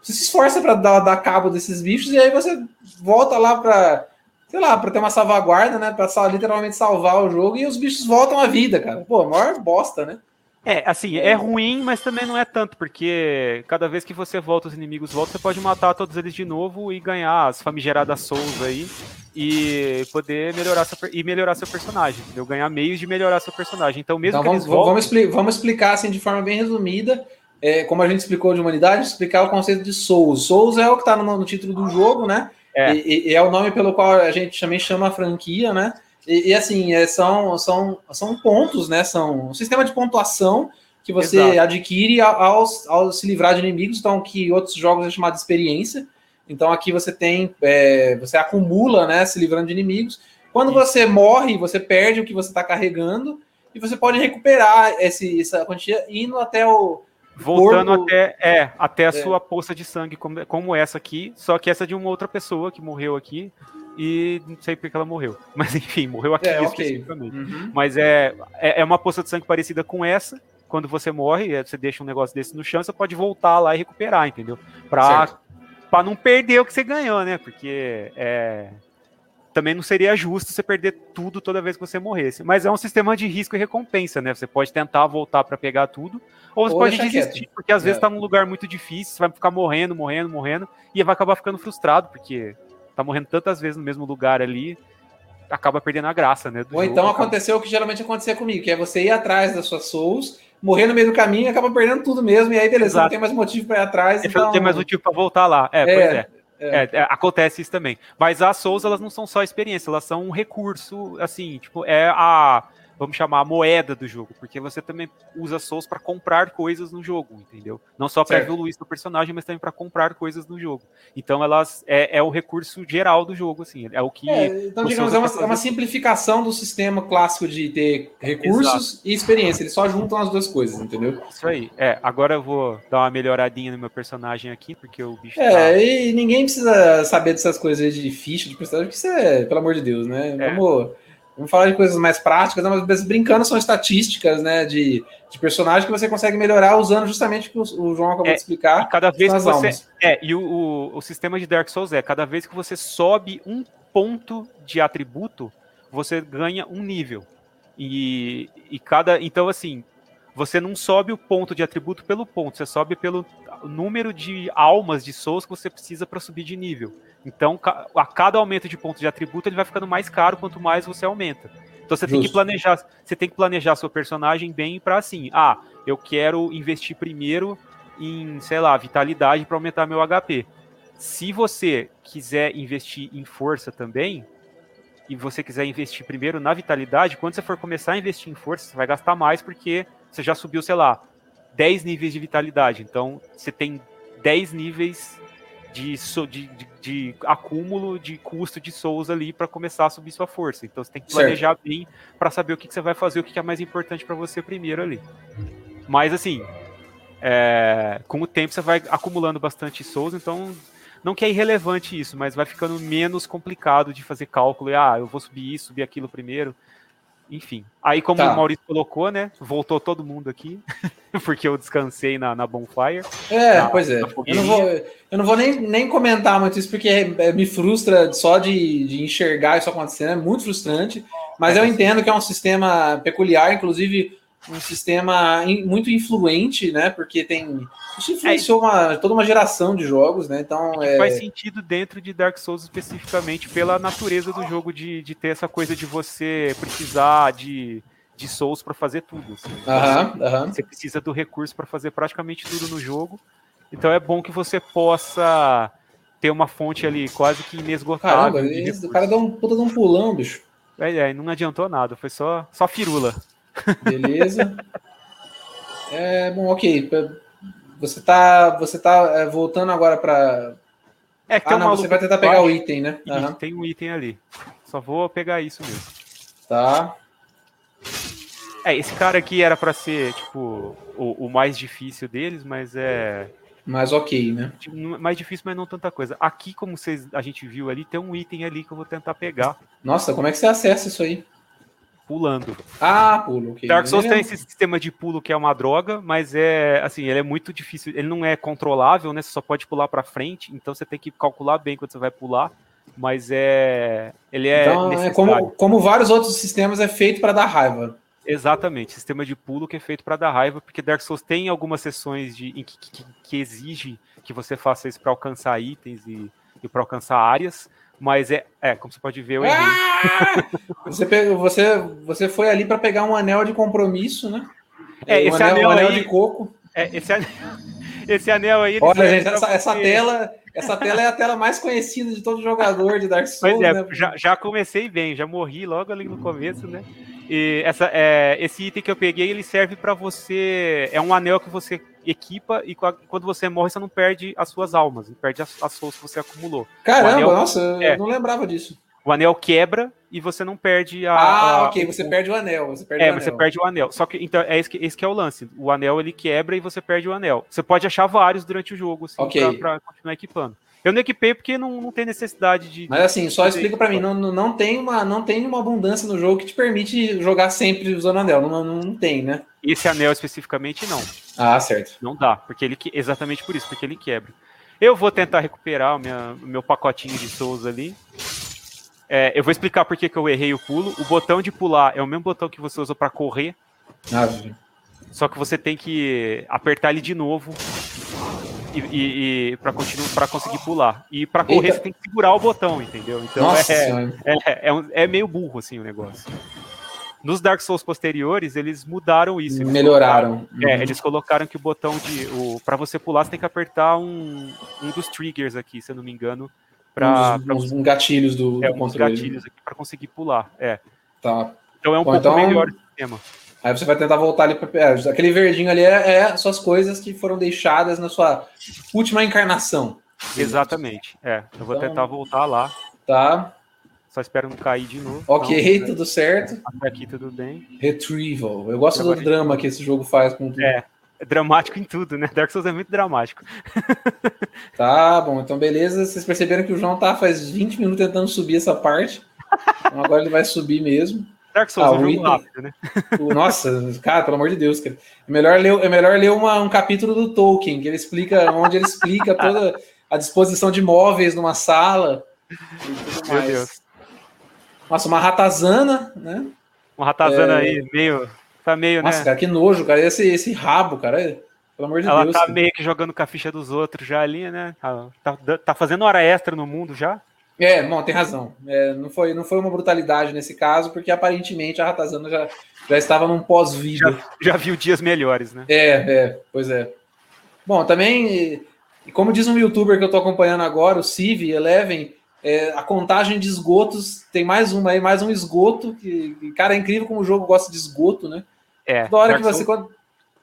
Speaker 2: você se esforça pra dar, dar cabo desses bichos e aí você volta lá pra, sei lá, pra ter uma salvaguarda, né? Pra sal- literalmente salvar o jogo e os bichos voltam à vida, cara. Pô, maior bosta, né?
Speaker 3: É, assim, é ruim, mas também não é tanto, porque cada vez que você volta, os inimigos voltam, você pode matar todos eles de novo e ganhar as famigeradas souls aí e poder melhorar seu, per- e melhorar seu personagem, entendeu? Ganhar meios de melhorar seu personagem. Então, mesmo
Speaker 2: Então
Speaker 3: que
Speaker 2: vamos,
Speaker 3: eles voltem,
Speaker 2: vamos, expli- vamos explicar assim de forma bem resumida, é, como a gente explicou de humanidade, explicar o conceito de Souls. Souls é o que está no, no título do jogo, né?
Speaker 3: É.
Speaker 2: E, e- e é o nome pelo qual a gente também chama a franquia, né? E, e, assim, é, são, são, são pontos, né? São um sistema de pontuação que você
Speaker 3: Exato.
Speaker 2: adquire ao, ao- ao se livrar de inimigos, então que outros jogos é chamado de experiência. Então aqui você tem, é, você acumula, né? Se livrando de inimigos. Quando você morre, você perde o que você está carregando e você pode recuperar esse, essa quantia indo até o.
Speaker 3: voltando
Speaker 2: corpo-
Speaker 3: até, é, até a sua poça de sangue, como, como essa aqui, só que essa é de uma outra pessoa que morreu aqui e não sei porque ela morreu, [laughs] mas enfim, morreu aqui
Speaker 2: É, ok.
Speaker 3: especificamente.
Speaker 2: Uhum.
Speaker 3: Mas é, é, é uma poça de sangue parecida com essa. Quando você morre, é, você deixa um negócio desse no chão, você pode voltar lá e recuperar, entendeu? Pra,
Speaker 2: Certo.
Speaker 3: pra não perder o que você ganhou, né? Porque é, também não seria justo você perder tudo toda vez que você morresse. Mas é um sistema de risco e recompensa, né? Você pode tentar voltar pra pegar tudo, ou você
Speaker 2: Ou
Speaker 3: pode
Speaker 2: deixar
Speaker 3: desistir,
Speaker 2: quieto.
Speaker 3: porque às vezes
Speaker 2: É.
Speaker 3: tá num lugar muito difícil, você vai ficar morrendo, morrendo, morrendo, e vai acabar ficando frustrado, porque tá morrendo tantas vezes no mesmo lugar ali, acaba perdendo a graça, né? do
Speaker 2: Ou
Speaker 3: jogo,
Speaker 2: então
Speaker 3: acaba-
Speaker 2: aconteceu o que geralmente acontecia comigo, que é você ir atrás das suas souls, morrer no meio do caminho e acaba perdendo tudo mesmo, e aí beleza,
Speaker 3: Exato.
Speaker 2: não tem mais motivo para ir atrás.
Speaker 3: É,
Speaker 2: Então...
Speaker 3: não tem mais motivo para voltar lá. É,
Speaker 2: É,
Speaker 3: pois é.
Speaker 2: é.
Speaker 3: É, é, acontece isso também. Mas as Souls, elas não são só experiência, elas são um recurso, assim, tipo, é a. vamos chamar, a moeda do jogo, porque você também usa Souls para comprar coisas no jogo, entendeu? Não só para evoluir seu personagem, mas também para comprar coisas no jogo. Então elas é, é, o recurso geral do jogo, assim, é o que.
Speaker 2: É, então, digamos, é uma, é uma, simplificação do sistema clássico de ter recursos Exato. e experiência. Eles só juntam as duas coisas, entendeu?
Speaker 3: Isso aí. É, agora eu vou dar uma melhoradinha no meu personagem aqui, porque o bicho.
Speaker 2: É, tá... e ninguém precisa saber dessas coisas de ficha, de personagem, porque isso é, pelo amor de Deus, né? Vamos. Vamos falar de coisas mais práticas, mas brincando são estatísticas, né? De, de personagem que você consegue melhorar usando justamente o que o João acabou é, de explicar.
Speaker 3: tá Cada vez que você. Almas. É, e o, o, o, sistema de Dark Souls é: cada vez que você sobe um ponto de atributo, você ganha um nível. E, e cada. Então, assim, você não sobe o ponto de atributo pelo ponto, você sobe pelo número de almas de souls que você precisa para subir de nível. Então, a cada aumento de ponto de atributo, ele vai ficando mais caro quanto mais você aumenta. Então você Justo. tem que planejar, você tem que planejar seu personagem bem para assim, ah, eu quero investir primeiro em, sei lá, vitalidade para aumentar meu HP. Se você quiser investir em força também, e você quiser investir primeiro na vitalidade, quando você for começar a investir em força, você vai gastar mais porque você já subiu, sei lá, 10 níveis de vitalidade. Então, você tem 10 níveis de, de, de, de acúmulo de custo de souls ali para começar a subir sua força. Então, você tem que planejar certo. bem para saber o que, que, você vai fazer, o que, que é mais importante para você primeiro ali. Mas, assim, é, com o tempo você vai acumulando bastante souls, então não que é irrelevante isso, mas vai ficando menos complicado de fazer cálculo. E, ah, eu vou subir isso, subir aquilo primeiro. Enfim. Aí, como tá. o Maurício colocou, né? Voltou todo mundo aqui, [laughs] porque eu descansei na, na Bonfire.
Speaker 2: É, na, pois é. Eu não vou, eu não vou nem, nem comentar muito isso, porque é, me frustra só de, de enxergar isso acontecendo. É muito frustrante. Mas é, eu entendo que é um sistema peculiar, inclusive um sistema in, muito influente, né? Porque tem. Isso influenciou é, uma, toda uma geração de jogos, né? Então.
Speaker 3: É... Faz sentido dentro de Dark Souls especificamente pela natureza do jogo de, de ter essa coisa de você precisar de, de Souls para fazer tudo. Assim.
Speaker 2: Aham,
Speaker 3: você, aham. você precisa do recurso para fazer praticamente tudo no jogo. Então é bom que você possa ter uma fonte ali quase que inesgotável.
Speaker 2: Caramba, esse, o cara dá um puta de um pulão, bicho.
Speaker 3: É, é, não adiantou nada, foi só, só firula.
Speaker 2: Beleza. [laughs] É, bom, ok. Você tá, você tá voltando agora para.
Speaker 3: É que ah,
Speaker 2: não, você vai tentar pegar baixo. o item, né?
Speaker 3: Isso, uhum. Tem um item ali. Só vou pegar isso mesmo.
Speaker 2: Tá.
Speaker 3: É, esse cara aqui era para ser, tipo, o, o, mais difícil deles, mas é. tipo,
Speaker 2: Mas ok, né?
Speaker 3: Mais difícil, mas não tanta coisa. Aqui, como vocês, a gente viu ali, tem um item ali que eu vou tentar pegar.
Speaker 2: Nossa, como é que você acessa isso aí?
Speaker 3: pulando.
Speaker 2: Ah, pulo. Okay.
Speaker 3: Dark Souls tem
Speaker 2: um
Speaker 3: esse sistema de pulo que é uma droga, mas é assim, ele é muito difícil, ele não é controlável, né? Você só pode pular para frente, então você tem que calcular bem quando você vai pular. Mas é, ele é,
Speaker 2: então, é como, como vários outros sistemas é feito para dar raiva.
Speaker 3: Exatamente, sistema de pulo que é feito para dar raiva, porque Dark Souls tem algumas sessões de que, que, que, exige que você faça isso para alcançar itens e, e para alcançar áreas mas é, é, como você pode ver, eu errei.
Speaker 2: Ah! você, pegou, você, você foi ali para pegar um anel de compromisso, né?
Speaker 3: É, um esse anel, anel, um
Speaker 2: anel
Speaker 3: aí,
Speaker 2: de coco.
Speaker 3: É, esse anel, [laughs] esse anel aí.
Speaker 2: Olha, gente, essa, essa tela. Essa tela é a tela mais conhecida de todo jogador de Dark Souls.
Speaker 3: Pois é, né? já, já comecei bem, já morri logo ali no começo, né? E essa, é, esse item que eu peguei, ele serve para você. É um anel que você equipa e quando você morre, você não perde as suas almas, não perde as, as souls que você acumulou.
Speaker 2: Caramba, anel, nossa, é, eu não lembrava disso.
Speaker 3: O anel quebra e você não perde a.
Speaker 2: Ah, ok, você perde o anel. Você perde
Speaker 3: é,
Speaker 2: o anel.
Speaker 3: você perde o anel. Só que então é esse que, esse que é o lance. O anel ele quebra e você perde o anel. Você pode achar vários durante o jogo, assim,
Speaker 2: okay.
Speaker 3: pra, pra continuar equipando. Eu não equipei porque não, não tem necessidade de.
Speaker 2: Mas assim, só explica para mim, não, não, tem uma, não tem uma abundância no jogo que te permite jogar sempre usando anel. Não, não, não tem, né?
Speaker 3: Esse anel especificamente não.
Speaker 2: Ah, certo.
Speaker 3: Não dá, porque ele exatamente por isso, porque ele quebra. Eu vou tentar recuperar o minha, meu pacotinho de Souls ali. É, eu vou explicar por que eu errei o pulo. O botão de pular é o mesmo botão que você usa para correr.
Speaker 2: Ah,
Speaker 3: só que você tem que apertar ele de novo e, e, e para continuar para conseguir pular. E para correr Eita. você tem que segurar o botão, entendeu? Então
Speaker 2: Nossa,
Speaker 3: é, é, é, um, é, meio burro assim o negócio. Nos Dark Souls posteriores, eles mudaram isso. Eles
Speaker 2: Melhoraram.
Speaker 3: Uhum. é, eles colocaram que o botão de. para você pular, você tem que apertar um, um dos triggers aqui, se eu não me engano. Pra,
Speaker 2: uns, pra, uns, gatilhos do,
Speaker 3: é,
Speaker 2: do
Speaker 3: gatilhos aqui para conseguir pular. É.
Speaker 2: Tá.
Speaker 3: Então é um Bom, pouco então... melhor esquema.
Speaker 2: Aí você vai tentar voltar ali para aquele verdinho ali é, é suas coisas que foram deixadas na sua última encarnação.
Speaker 3: Exatamente. É, eu vou
Speaker 2: Então-
Speaker 3: tentar voltar lá.
Speaker 2: Tá?
Speaker 3: Só espero não cair de novo.
Speaker 2: Ok, tudo certo.
Speaker 3: Então, até aqui tudo bem.
Speaker 2: Retrieval. Eu gosto do
Speaker 3: Agora-
Speaker 2: drama que esse jogo faz com tudo.
Speaker 3: É. É dramático em tudo, né? Dark Souls é muito dramático.
Speaker 2: Tá bom, então beleza. Vocês perceberam que o João tá faz 20 minutos tentando subir essa parte. Então agora ele vai subir mesmo.
Speaker 3: Dark Souls
Speaker 2: Ah,
Speaker 3: é
Speaker 2: o
Speaker 3: um jogo
Speaker 2: item-
Speaker 3: rápido, né?
Speaker 2: O- Nossa, cara, pelo amor de Deus, cara. É melhor ler, é melhor ler uma- um capítulo do Tolkien, que ele explica, onde ele explica toda a disposição de móveis numa sala e tudo
Speaker 3: Meu
Speaker 2: mais.
Speaker 3: Deus.
Speaker 2: Nossa, uma ratazana, né?
Speaker 3: Uma ratazana aí, meio. Tá meio,
Speaker 2: É. Nossa,
Speaker 3: né?
Speaker 2: cara, que nojo, cara. Esse, esse rabo, cara. Pelo amor de
Speaker 3: Ela
Speaker 2: Deus.
Speaker 3: tá
Speaker 2: cara.
Speaker 3: meio que jogando com a ficha dos outros já ali, né? Tá- Tá, tá fazendo hora extra no mundo já.
Speaker 2: É, não, tem razão. É, não, foi, não foi uma brutalidade nesse caso, porque aparentemente a ratazana já, já estava num pós-vida.
Speaker 3: Já viu dias melhores, né?
Speaker 2: É, é, pois é. Bom, também, e como diz um youtuber que eu tô acompanhando agora, o Civ Eleven, é, a contagem de esgotos, tem mais uma aí, mais um esgoto, que, que, cara, é incrível como o jogo gosta de esgoto, né?
Speaker 3: É.
Speaker 2: Toda hora
Speaker 3: Dark
Speaker 2: que você...
Speaker 3: Souls-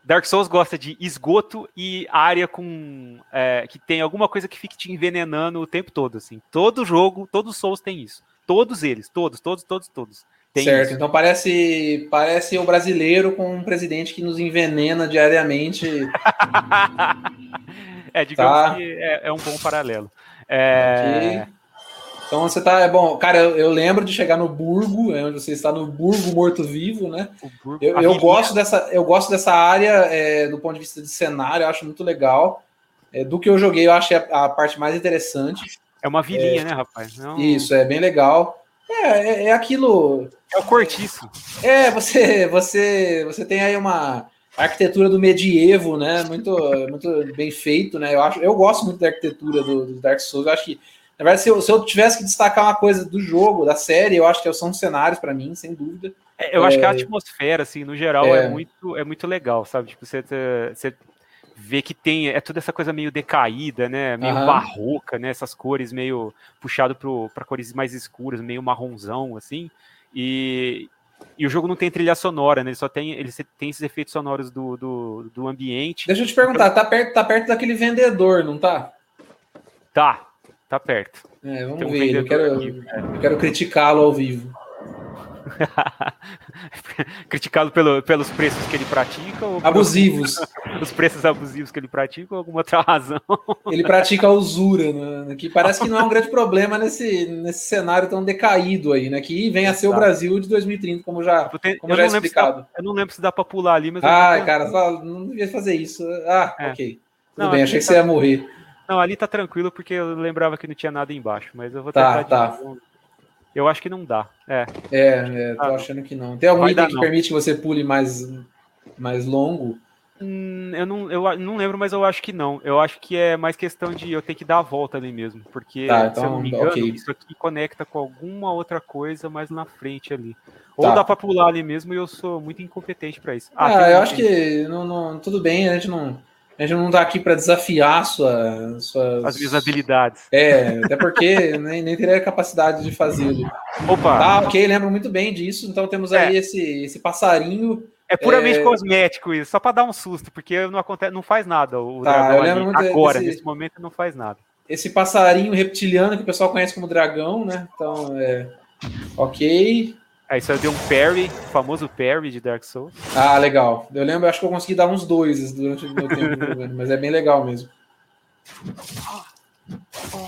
Speaker 3: Dark Souls gosta de esgoto e área com é, que tem alguma coisa que fique te envenenando o tempo todo, assim. Todo jogo, todos os Souls tem isso. Todos eles, todos, todos, todos, todos. Tem
Speaker 2: certo,
Speaker 3: isso.
Speaker 2: então parece, parece o brasileiro com um presidente que nos envenena diariamente.
Speaker 3: É, digamos
Speaker 2: Tá.
Speaker 3: que é, é um bom paralelo. É,
Speaker 2: que- Então você tá, é bom, cara, eu, eu lembro de chegar no Burgo, é onde você está no Burgo morto-vivo, né?
Speaker 3: o Burgo-
Speaker 2: Eu,
Speaker 3: a
Speaker 2: eu
Speaker 3: vilinha-
Speaker 2: gosto dessa, eu gosto dessa área é, do ponto de vista de cenário, eu acho muito legal. É, do que eu joguei, eu achei a, a parte mais interessante.
Speaker 3: É uma vilinha, né, rapaz? Não-
Speaker 2: Isso, é bem legal. É, é, é aquilo.
Speaker 3: É o cortiço.
Speaker 2: É, você, você, você tem aí uma arquitetura do medievo, né? Muito, muito bem feito, né? Eu, acho, eu gosto muito da arquitetura do, do Dark Souls. Eu acho que, na verdade, se eu, se eu tivesse que destacar uma coisa do jogo, da série, eu acho que são os cenários para mim, sem dúvida.
Speaker 3: É, eu acho que a atmosfera, assim, no geral, é,
Speaker 2: É.
Speaker 3: muito é muito legal, sabe? Tipo, você, você- você vê que tem. É toda essa coisa meio decaída, né? Meio
Speaker 2: Aham.
Speaker 3: barroca, né? Essas cores meio puxado para cores mais escuras, meio marronzão, assim. E, e o jogo não tem trilha sonora, né? Ele só tem, ele se- tem esses efeitos sonoros do, do, do ambiente.
Speaker 2: Deixa eu te perguntar, tá perto, tá perto daquele vendedor, não tá?
Speaker 3: Tá, tá perto.
Speaker 2: É, vamos
Speaker 3: Tem um
Speaker 2: ver. ele, Eu quero,
Speaker 3: vendedor aqui.
Speaker 2: eu quero criticá-lo ao vivo.
Speaker 3: Criticado pelo, pelos preços que ele pratica, ou
Speaker 2: Abusivos.
Speaker 3: [laughs] os preços abusivos que ele pratica, ou alguma outra razão.
Speaker 2: Ele pratica a usura, né? que parece que não é um grande problema nesse, nesse cenário tão decaído aí, né? Que vem a ser o
Speaker 3: Exato.
Speaker 2: Brasil de 2030, como já,
Speaker 3: Eu, te-
Speaker 2: como
Speaker 3: eu
Speaker 2: já
Speaker 3: não lembro se tá dá-
Speaker 2: explicado.
Speaker 3: eu não lembro se dá pra pular ali, mas. eu vou
Speaker 2: Ai,
Speaker 3: tentar.
Speaker 2: Ah, cara, só- não devia fazer isso. Ah,
Speaker 3: É.
Speaker 2: ok. Tudo
Speaker 3: Não,
Speaker 2: bem,
Speaker 3: aqui
Speaker 2: achei que
Speaker 3: tá-
Speaker 2: você ia morrer.
Speaker 3: Não, ali tá tranquilo, porque eu lembrava que não tinha nada embaixo, mas eu vou
Speaker 2: Tá,
Speaker 3: tentar. de
Speaker 2: tá.
Speaker 3: novo. Eu acho que não dá. É,
Speaker 2: É, é, tô
Speaker 3: Ah, não.
Speaker 2: achando que não. Tem algum
Speaker 3: Vai
Speaker 2: item
Speaker 3: dar,
Speaker 2: que
Speaker 3: não.
Speaker 2: permite que você pule mais, mais longo?
Speaker 3: Hum, eu, não, eu a- não lembro, mas eu acho que não. Eu acho que é mais questão de eu ter que dar a volta ali mesmo, porque,
Speaker 2: Tá,
Speaker 3: se eu não me
Speaker 2: então,
Speaker 3: engano,
Speaker 2: ok.
Speaker 3: isso aqui conecta com alguma outra coisa mais na frente ali. Ou
Speaker 2: Tá.
Speaker 3: dá pra pular ali mesmo e eu sou muito incompetente pra isso.
Speaker 2: Ah,
Speaker 3: tem
Speaker 2: eu
Speaker 3: um-
Speaker 2: acho que não, não- tudo bem, a gente não, a gente não tá aqui para desafiar sua, suas.
Speaker 3: As minhas habilidades.
Speaker 2: É, até porque [laughs] nem, nem teria capacidade de fazê-lo.
Speaker 3: Ah. Opa,
Speaker 2: Tá, ok, lembro muito bem disso. Então temos aí esse, esse passarinho.
Speaker 3: é puramente
Speaker 2: é-
Speaker 3: cosmético isso, só pra dar um susto, porque não acontece, não faz nada. O
Speaker 2: Tá, eu
Speaker 3: dragão ali,
Speaker 2: lembro muito
Speaker 3: agora,
Speaker 2: desse-
Speaker 3: nesse momento, não faz nada.
Speaker 2: Esse passarinho reptiliano que o pessoal conhece como dragão, né? Então, é. Ok.
Speaker 3: Aí só deu um parry, o famoso parry de Dark Souls.
Speaker 2: Ah, legal. Eu lembro, acho que eu consegui dar uns dois durante o meu tempo jogando, mas é bem legal mesmo.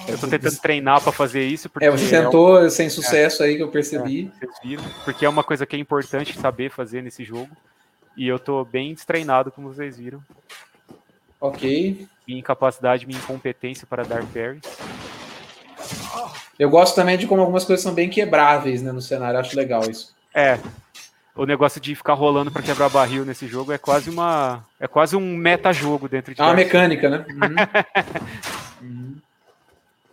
Speaker 3: Eu tô tentando treinar pra fazer isso, porque
Speaker 2: É, você
Speaker 3: é
Speaker 2: tentou sem sucesso aí que eu percebi.
Speaker 3: um- vocês viram, porque é uma coisa que é importante saber fazer nesse jogo. E eu tô bem destreinado, como vocês viram.
Speaker 2: Ok.
Speaker 3: Minha incapacidade, minha incompetência para dar parry.
Speaker 2: Eu gosto também de como algumas coisas são bem quebráveis né, no cenário, acho legal isso.
Speaker 3: É. O negócio de ficar rolando pra quebrar barril nesse jogo é quase uma. É quase um metajogo dentro de
Speaker 2: É uma
Speaker 3: Dark Souls.
Speaker 2: mecânica, né? Uhum. Uhum.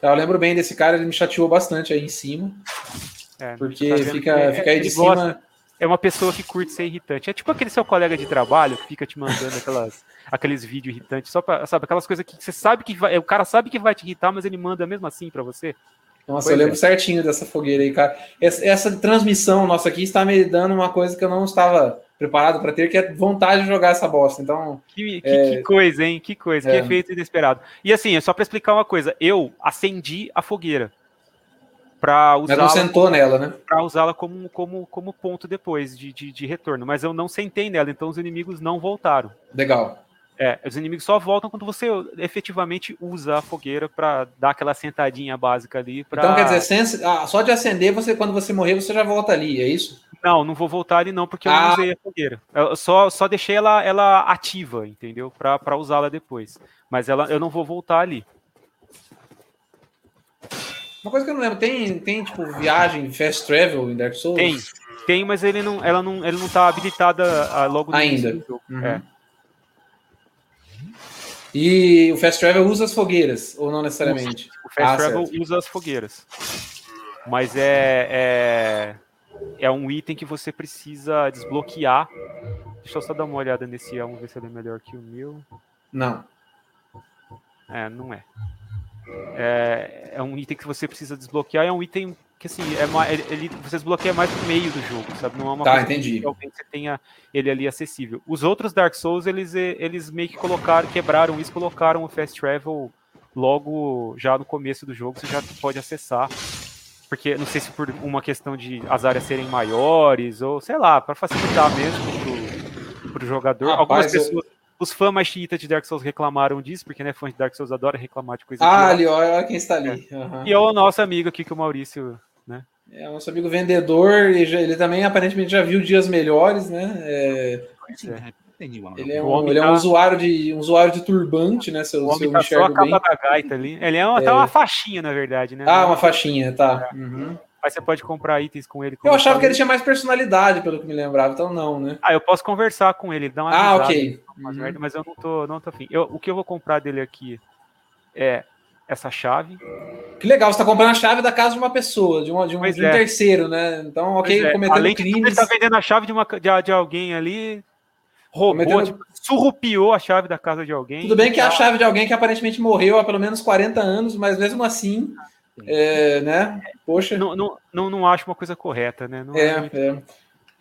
Speaker 2: Eu lembro bem desse cara, ele me chateou bastante aí em cima,
Speaker 3: É,
Speaker 2: porque
Speaker 3: tá vendo que
Speaker 2: fica,
Speaker 3: é-
Speaker 2: fica aí
Speaker 3: ele
Speaker 2: de
Speaker 3: gosta.
Speaker 2: cima.
Speaker 3: É uma pessoa que curte ser irritante. É tipo aquele seu colega de trabalho que fica te mandando aquelas, aqueles vídeos irritantes, só pra, sabe, aquelas coisas que você sabe que vai, o cara sabe que vai te irritar, mas ele manda mesmo assim pra você.
Speaker 2: Nossa, eu
Speaker 3: Pois
Speaker 2: lembro
Speaker 3: é.
Speaker 2: certinho dessa fogueira aí, cara. Essa, essa transmissão nossa aqui está me dando uma coisa que eu não estava preparado para ter, que é vontade de jogar essa bosta. Então.
Speaker 3: Que, que, é... que coisa, hein? Que coisa, é. que efeito inesperado. E assim, é só para explicar uma coisa: eu acendi a fogueira para usá-la.
Speaker 2: Mas não sentou nela, né?
Speaker 3: Para usá-la como, como, como ponto depois de, de, de, retorno. Mas eu não sentei nela, então os inimigos não voltaram.
Speaker 2: Legal.
Speaker 3: É, os inimigos só voltam quando você efetivamente usa a fogueira para dar aquela sentadinha básica ali. Pra...
Speaker 2: Então quer dizer, sem, ah, só de acender, você quando você morrer, você já volta ali, é isso?
Speaker 3: Não, não vou voltar ali não, porque eu ah. não usei a fogueira. Eu só, só deixei ela, ela ativa, entendeu? Para usá-la depois. Mas ela, eu não vou voltar ali.
Speaker 2: Uma coisa que eu não lembro, tem, tem tipo viagem, fast travel em Dark Souls?
Speaker 3: Tem, tem, mas ele não, ela não, ele não tá habilitada a, logo
Speaker 2: Ainda. Uhum. É. E o fast travel usa as fogueiras, ou não necessariamente?
Speaker 3: O fast ah, travel certo. usa as fogueiras. Mas é, é, é um item que você precisa desbloquear. Deixa eu só dar uma olhada nesse, vamos ver se ele é melhor que o meu.
Speaker 2: Não.
Speaker 3: É, não é. É, é, um item que você precisa desbloquear, é um item que assim, é uma, ele, você desbloqueia mais no meio do jogo, sabe? Não é uma
Speaker 2: tá, entendi.
Speaker 3: que realmente você tenha ele ali acessível. Os outros Dark Souls, eles, eh, eles meio que colocaram, quebraram isso, colocaram o Fast Travel logo já no começo do jogo, você já pode acessar. Porque não sei se por uma questão de as áreas serem maiores, ou sei lá, para facilitar mesmo para o jogador. Rapaz, Algumas pessoas. Eu... Os fãs mais chiitas de Dark Souls reclamaram disso, porque né, fãs de Dark Souls adoram reclamar de coisa.
Speaker 2: Ah, ali, olha quem está ali.
Speaker 3: Uhum. E é o nosso amigo aqui, que o Maurício, né?
Speaker 2: É o nosso amigo vendedor, e já, ele também aparentemente já viu dias melhores, né? É... É. Ele é, um, ele é um tá... usuário de um usuário de turbante, né? Se eu, se eu tá enxergo
Speaker 3: só a capa da gaita ali. Ele é, uma, é. Tá uma faixinha, na verdade, né?
Speaker 2: Ah, uma faixinha,
Speaker 3: é,
Speaker 2: tá. Uhum.
Speaker 3: Aí você pode comprar itens com ele.
Speaker 2: Eu achava que ele tinha mais personalidade, pelo que me lembrava, então não, né?
Speaker 3: Ah, eu posso conversar com ele, dar uma
Speaker 2: Ah, ok.
Speaker 3: Uhum. Merda, mas eu não tô, não tô afim. Eu, o que eu vou comprar dele aqui é essa chave.
Speaker 2: Que legal, você tá comprando a chave da casa de uma pessoa, de, uma, de um, de um é. terceiro, né? Então, ok,
Speaker 3: pois cometendo é. Além crimes. Ele tá vendendo a chave de, uma, de, de alguém ali, roubou, metendo... tipo, surrupiou a chave da casa de alguém. Tá?
Speaker 2: Tudo bem que é a chave de alguém que aparentemente morreu há pelo menos 40 anos, mas mesmo assim. É, né? Poxa.
Speaker 3: Não, não, não, não, acho uma coisa correta, né? Não
Speaker 2: é, acho... é.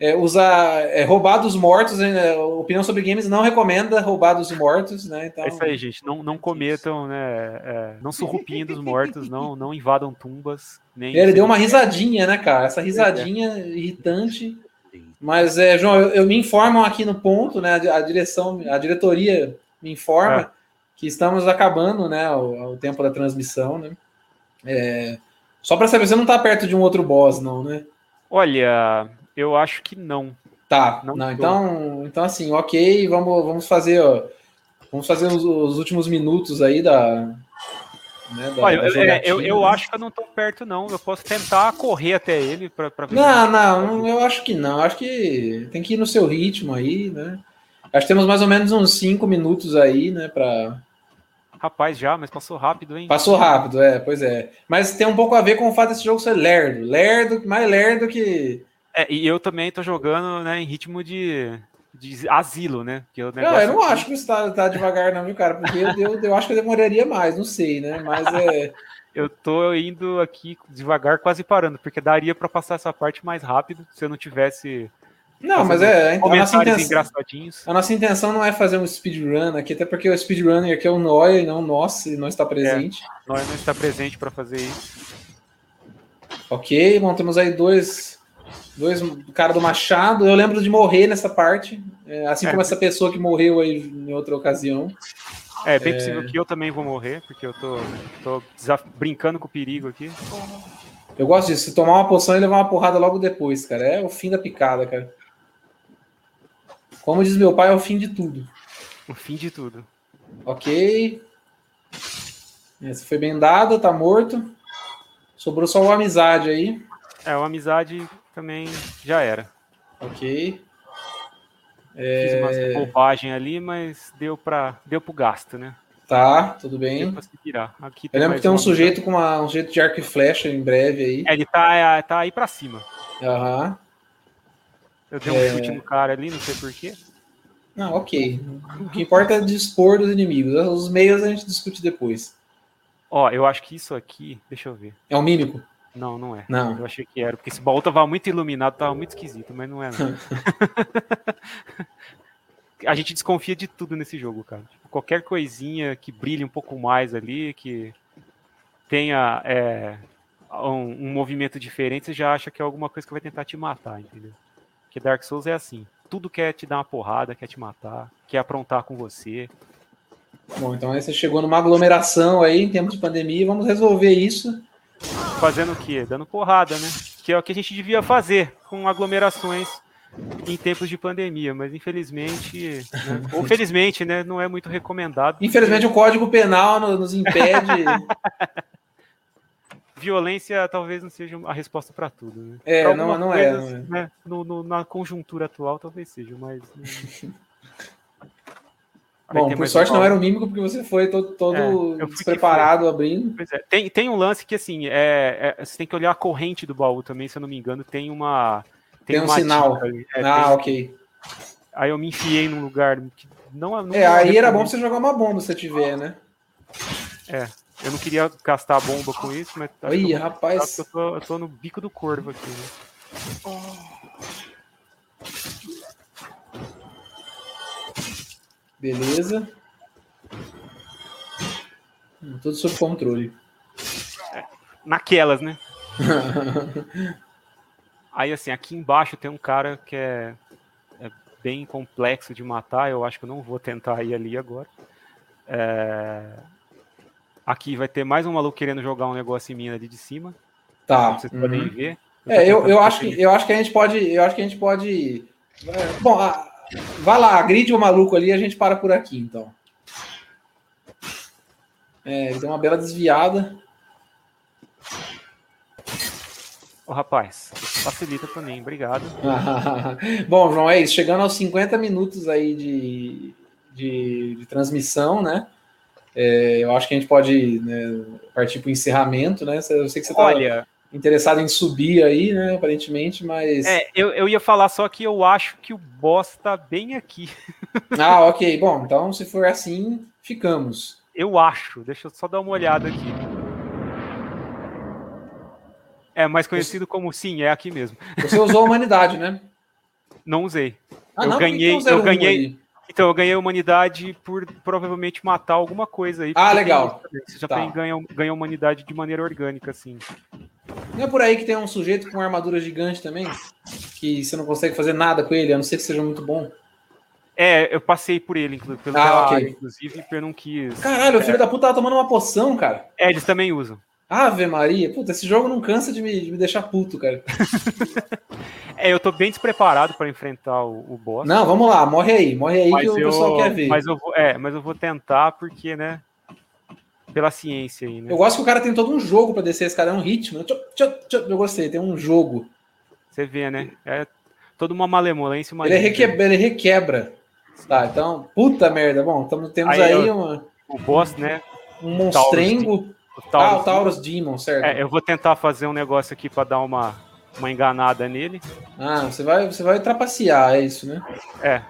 Speaker 2: é usar é, roubar dos mortos, né? opinião sobre games não recomenda roubar dos mortos, né?
Speaker 3: Então... É isso aí, gente. Não, não cometam, né? não surrupiem dos mortos, não, não invadam tumbas. Nem
Speaker 2: ele deu uma risadinha, né, cara? Essa risadinha irritante. Mas, é, João, eu, eu, me informam aqui no ponto, né? A direção, a diretoria me
Speaker 3: É.
Speaker 2: informa que estamos acabando, né? O, o tempo da transmissão, né? É... Só para saber, você não tá perto de um outro boss, não, né?
Speaker 3: Olha, eu acho que não.
Speaker 2: Tá, não, não então, então assim, ok, vamos, vamos fazer, ó, vamos fazer os, os, últimos minutos aí da.
Speaker 3: Né, da, Olha, da eu, eu,
Speaker 2: né?
Speaker 3: eu, acho que eu não tô perto, não. Eu posso tentar correr até ele para ver.
Speaker 2: Não, não, eu acho que não. Acho que tem que ir no seu ritmo aí, né? Acho que temos mais ou menos uns cinco minutos aí, né, para
Speaker 3: Rapaz, já, mas passou rápido, hein?
Speaker 2: Passou rápido, é, pois é. Mas tem um pouco a ver com o fato desse jogo ser lerdo. Lerdo, mais lerdo que.
Speaker 3: É, e eu também tô jogando né, em ritmo de, de asilo, né?
Speaker 2: Que o negócio não, eu não aqui... acho que você tá, tá devagar, não, viu, cara? Porque eu, eu, eu, acho que eu demoraria mais, não sei, né? Mas é.
Speaker 3: eu tô indo aqui devagar, quase parando, porque daria para passar essa parte mais rápido se eu não tivesse
Speaker 2: não, mas é. A nossa, intenção, a nossa intenção não é fazer um speedrun aqui, até porque o speedrunner aqui é o Noia e não o nosso, e não está presente.
Speaker 3: É, Noia não está presente para fazer isso.
Speaker 2: Ok, bom, temos aí dois. Dois cara do Machado. Eu lembro de morrer nessa parte, assim como é, essa pessoa que morreu aí em outra ocasião.
Speaker 3: É bem é... possível que eu também vou morrer, porque eu tô, tô brincando com o perigo aqui.
Speaker 2: Eu gosto disso, tomar uma poção e levar uma porrada logo depois, cara. É o fim da picada, cara. Como diz meu pai, é o fim de tudo.
Speaker 3: O fim de tudo.
Speaker 2: Ok. Essa foi bem dada, tá morto. Sobrou só o amizade aí.
Speaker 3: É, o amizade também já era.
Speaker 2: Ok.
Speaker 3: Fiz
Speaker 2: É.
Speaker 3: uma bobagem ali, mas deu para deu pro gasto, né?
Speaker 2: Tá, tudo bem.
Speaker 3: Aqui
Speaker 2: Eu lembro que tem um amizade. sujeito com uma, um sujeito de arco e flecha em breve aí.
Speaker 3: É, ele tá, tá aí para cima.
Speaker 2: Aham. Uhum.
Speaker 3: Eu dei um é... chute no cara ali, não sei porquê.
Speaker 2: Não, ok. O que importa é dispor dos inimigos. Os meios a gente discute depois.
Speaker 3: Ó, eu acho que isso aqui. Deixa eu ver.
Speaker 2: É um mímico?
Speaker 3: Não, não é.
Speaker 2: Não.
Speaker 3: Eu achei que era, porque esse baú tava muito iluminado, tava muito esquisito, mas não é. Não. a gente desconfia de tudo nesse jogo, cara. Tipo, qualquer coisinha que brilhe um pouco mais ali, que tenha é, um, um movimento diferente, você já acha que é alguma coisa que vai tentar te matar, entendeu? Porque Dark Souls é assim. Tudo quer te dar uma porrada, quer te matar, quer aprontar com você.
Speaker 2: Bom, então aí você chegou numa aglomeração aí em tempos de pandemia, vamos resolver isso.
Speaker 3: Fazendo o quê? Dando porrada, né? Que é o que a gente devia fazer com aglomerações em tempos de pandemia, mas infelizmente, né, [laughs] ou felizmente, né, não é muito recomendado.
Speaker 2: Infelizmente o Código Penal no- nos
Speaker 3: [laughs] É
Speaker 2: impede.
Speaker 3: Violência talvez não seja a resposta para tudo. Né?
Speaker 2: É,
Speaker 3: Pra
Speaker 2: não-
Speaker 3: algumas
Speaker 2: não é, não é.
Speaker 3: né, no- no- na conjuntura atual talvez seja, mas. hum.
Speaker 2: [laughs]
Speaker 3: Aí
Speaker 2: Bom,
Speaker 3: tem
Speaker 2: por
Speaker 3: mais
Speaker 2: sorte
Speaker 3: um
Speaker 2: não era o mímico, porque você foi todo,
Speaker 3: É, eu
Speaker 2: todo
Speaker 3: fui que
Speaker 2: despreparado abrindo.
Speaker 3: Pois é, tem, tem um lance que, assim, é, é- você tem que olhar a corrente do baú também, se eu não me engano, tem uma.
Speaker 2: Tem um
Speaker 3: uma
Speaker 2: sinal.
Speaker 3: dica ali. É,
Speaker 2: ah,
Speaker 3: tem-
Speaker 2: ok.
Speaker 3: Aí eu me enfiei num lugar que não. não
Speaker 2: É, aí era bom você jogar uma bomba se tiver, né?
Speaker 3: Eu não queria gastar a bomba com isso, mas. acho que
Speaker 2: Ih,
Speaker 3: eu vou gastar, porque
Speaker 2: rapaz.
Speaker 3: Eu tô, eu tô no bico do corvo aqui. né?
Speaker 2: Beleza. Hum, Tudo sob controle.
Speaker 3: Naquelas,
Speaker 2: [laughs]
Speaker 3: né? Aí, assim, aqui embaixo tem um cara que é, é bem complexo de matar. Eu acho que eu não vou tentar ir ali agora. É, Aqui vai ter mais um maluco querendo jogar um negócio em mim ali de cima.
Speaker 2: tá.
Speaker 3: Como vocês
Speaker 2: uhum.
Speaker 3: podem ver. tô
Speaker 2: É, eu, eu,
Speaker 3: tentando
Speaker 2: acho que, eu acho que a gente pode. Eu acho que a gente pode. é, Bom, a- vai lá, agride o maluco ali e a gente para por aqui, então. É, ele deu uma bela desviada. [laughs]
Speaker 3: Ô, rapaz, facilita pra mim, obrigado.
Speaker 2: Bom, João, é isso. Chegando aos 50 minutos aí de, de, de transmissão, né? É, eu acho que a gente pode né, partir para o encerramento, né? Cê- Eu sei que você está
Speaker 3: Olha,
Speaker 2: interessado em subir aí, né? Aparentemente, mas.
Speaker 3: é, eu, eu ia falar só que eu acho que o boss tá bem aqui.
Speaker 2: Ah, ok. Bom, então se for assim, ficamos.
Speaker 3: Eu acho, deixa eu só dar uma olhada aqui. É mais conhecido como sim, é aqui mesmo.
Speaker 2: Você usou a humanidade, né?
Speaker 3: Não usei.
Speaker 2: Ah,
Speaker 3: Eu
Speaker 2: por que
Speaker 3: ganhei-
Speaker 2: tem um zero
Speaker 3: eu
Speaker 2: um
Speaker 3: ganhei-
Speaker 2: aí?
Speaker 3: Então eu ganhei a humanidade por provavelmente matar alguma coisa aí.
Speaker 2: Ah,
Speaker 3: porque
Speaker 2: legal.
Speaker 3: tem isso também, Você já
Speaker 2: Tá.
Speaker 3: tem ganha, ganha a humanidade de maneira orgânica, assim.
Speaker 2: Não é por aí que tem um sujeito com armadura gigante também? Que você não consegue fazer nada com ele, a não ser que seja muito bom.
Speaker 3: É, eu passei por ele, inclu pelo
Speaker 2: Ah,
Speaker 3: pela
Speaker 2: ok.
Speaker 3: área, inclusive, porque eu não quis.
Speaker 2: Caralho, o filho da puta tava tomando uma poção, cara.
Speaker 3: É, eles também usam.
Speaker 2: Ave Maria, puta, esse jogo não cansa de me, de me deixar puto, cara.
Speaker 3: É, eu tô bem despreparado pra enfrentar o, o boss.
Speaker 2: Não, vamos lá, morre aí, morre aí que o pessoal quer ver.
Speaker 3: Mas eu, vou, é, mas eu vou tentar, porque, né? Pela ciência aí, né?
Speaker 2: Eu gosto que o cara tem todo um jogo pra descer esse cara, é um ritmo. Tchop, tchop, tchop, Eu gostei, tem um jogo.
Speaker 3: Você vê, né? É toda uma malemolência. Uma
Speaker 2: Ele, é requebra, ele requebra. Tá, então, puta merda. Bom, tamo- temos
Speaker 3: Aí,
Speaker 2: aí,
Speaker 3: ó.
Speaker 2: uma-
Speaker 3: O boss, né?
Speaker 2: um monstrengo.
Speaker 3: O
Speaker 2: Ah,
Speaker 3: Taurus.
Speaker 2: o Taurus Demon, certo.
Speaker 3: É, eu vou tentar fazer um negócio aqui pra dar uma, uma enganada nele.
Speaker 2: Ah, você vai, você vai trapacear, é isso, né?
Speaker 3: É,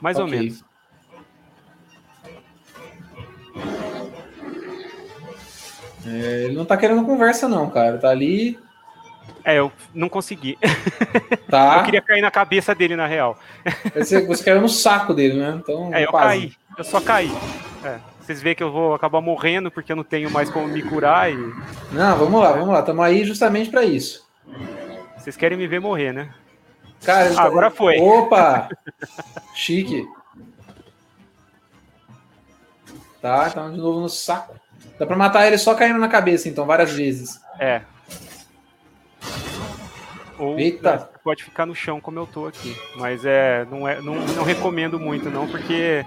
Speaker 3: mais ou
Speaker 2: Ok.
Speaker 3: menos.
Speaker 2: É, Ele não tá querendo conversa, não, cara. Tá ali.
Speaker 3: É, eu não consegui. [laughs]
Speaker 2: Tá.
Speaker 3: Eu queria cair na cabeça dele, na real.
Speaker 2: Você, você caiu no saco dele, né? Então,
Speaker 3: É, eu
Speaker 2: quase.
Speaker 3: caí. Eu só caí. É, vocês veem que eu vou acabar morrendo porque eu não tenho mais como me curar e.
Speaker 2: Não, vamos lá, vamos lá. Tamo aí justamente pra isso.
Speaker 3: Vocês querem me ver morrer, né?
Speaker 2: Cara, ele tá-
Speaker 3: Ah, agora foi.
Speaker 2: Opa! Chique. Tá, tá de novo no saco. Dá pra matar ele só caindo na cabeça, então, várias vezes.
Speaker 3: É. Ou
Speaker 2: Eita.
Speaker 3: né, você pode ficar no chão como eu tô aqui. Mas é, não, é não, não recomendo muito, não, porque.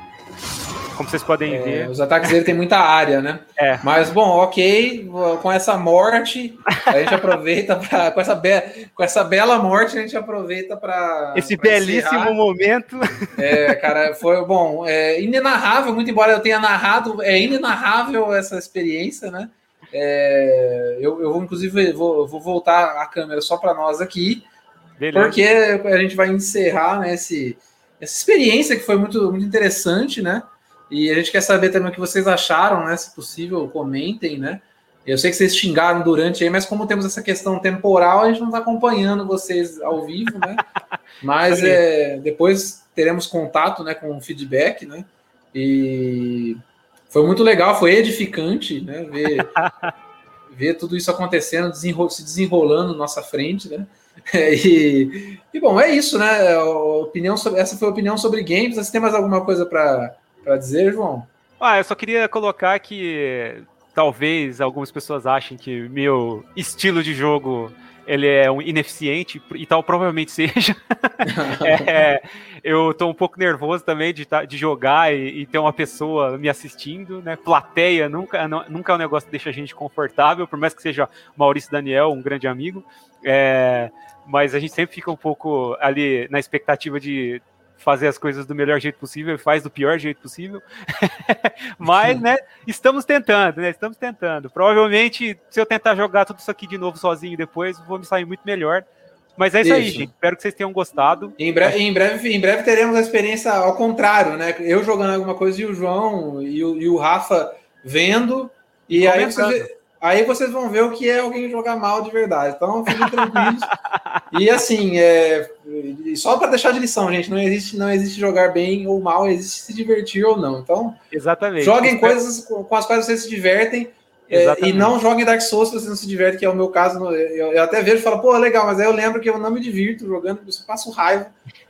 Speaker 3: Como vocês podem
Speaker 2: É,
Speaker 3: ver.
Speaker 2: os ataques dele tem muita área, né?
Speaker 3: É.
Speaker 2: Mas, bom, ok, com essa morte, a gente aproveita pra. Com essa, be- com essa bela morte, a gente aproveita pra.
Speaker 3: Esse
Speaker 2: pra
Speaker 3: belíssimo
Speaker 2: encerrar.
Speaker 3: momento. [laughs]
Speaker 2: É, cara, foi bom. É inenarrável, muito embora eu tenha narrado, é inenarrável essa experiência, né? É, eu, eu vou, inclusive, vou, vou voltar a câmera só para nós aqui,
Speaker 3: Beleza.
Speaker 2: porque a gente vai encerrar né, esse- essa experiência que foi muito, muito interessante, né? E a gente quer saber também o que vocês acharam, né? Se possível, comentem, né? Eu sei que vocês xingaram durante aí, mas como temos essa questão temporal, a gente não está acompanhando vocês ao vivo, né? Mas é, depois teremos contato né, com feedback, né? E foi muito legal, foi edificante, né? Ver, ver tudo isso acontecendo, desenro se desenrolando na nossa frente, né? [laughs] E, e, bom, é isso, né? Opinião sobre, essa foi a opinião sobre games. Você tem mais alguma coisa para dizer, João?
Speaker 3: Ah, eu só queria colocar que talvez algumas pessoas achem que meu estilo de jogo ele é um ineficiente e tal provavelmente [laughs] seja. é, eu estou um pouco nervoso também de, tá, de jogar e, e, ter uma pessoa me assistindo, né? Plateia nunca, não, nunca é um negócio que deixa a gente confortável, por mais que seja Maurício Daniel, um grande amigo. É, mas a gente sempre fica um pouco ali na expectativa de fazer as coisas do melhor jeito possível e faz do pior jeito possível. [laughs] Mas, né, estamos tentando, né? Estamos tentando. Provavelmente, se eu tentar jogar tudo isso aqui de novo sozinho depois, vou me sair muito melhor. Mas é isso, isso. aí, gente. Espero que vocês tenham gostado.
Speaker 2: Em breve, em breve, em breve teremos a experiência ao contrário, né? Eu jogando alguma coisa e o João e o, e o Rafa vendo. E, e aí vocês, aí vocês vão ver o que é alguém jogar mal de verdade. Então, fiquem tranquilos. e assim, é, só para deixar de lição, gente, não existe, não existe jogar bem ou mal, existe se divertir ou não. Então,
Speaker 3: exatamente.
Speaker 2: Joguem Espero... coisas com as quais vocês se divertem. É, e não joguem Dark Souls se vocês não se divertem, que é o meu caso. Eu, eu, até vejo e falo, pô, legal, mas aí eu lembro que eu não me divirto jogando, porque eu passo raiva.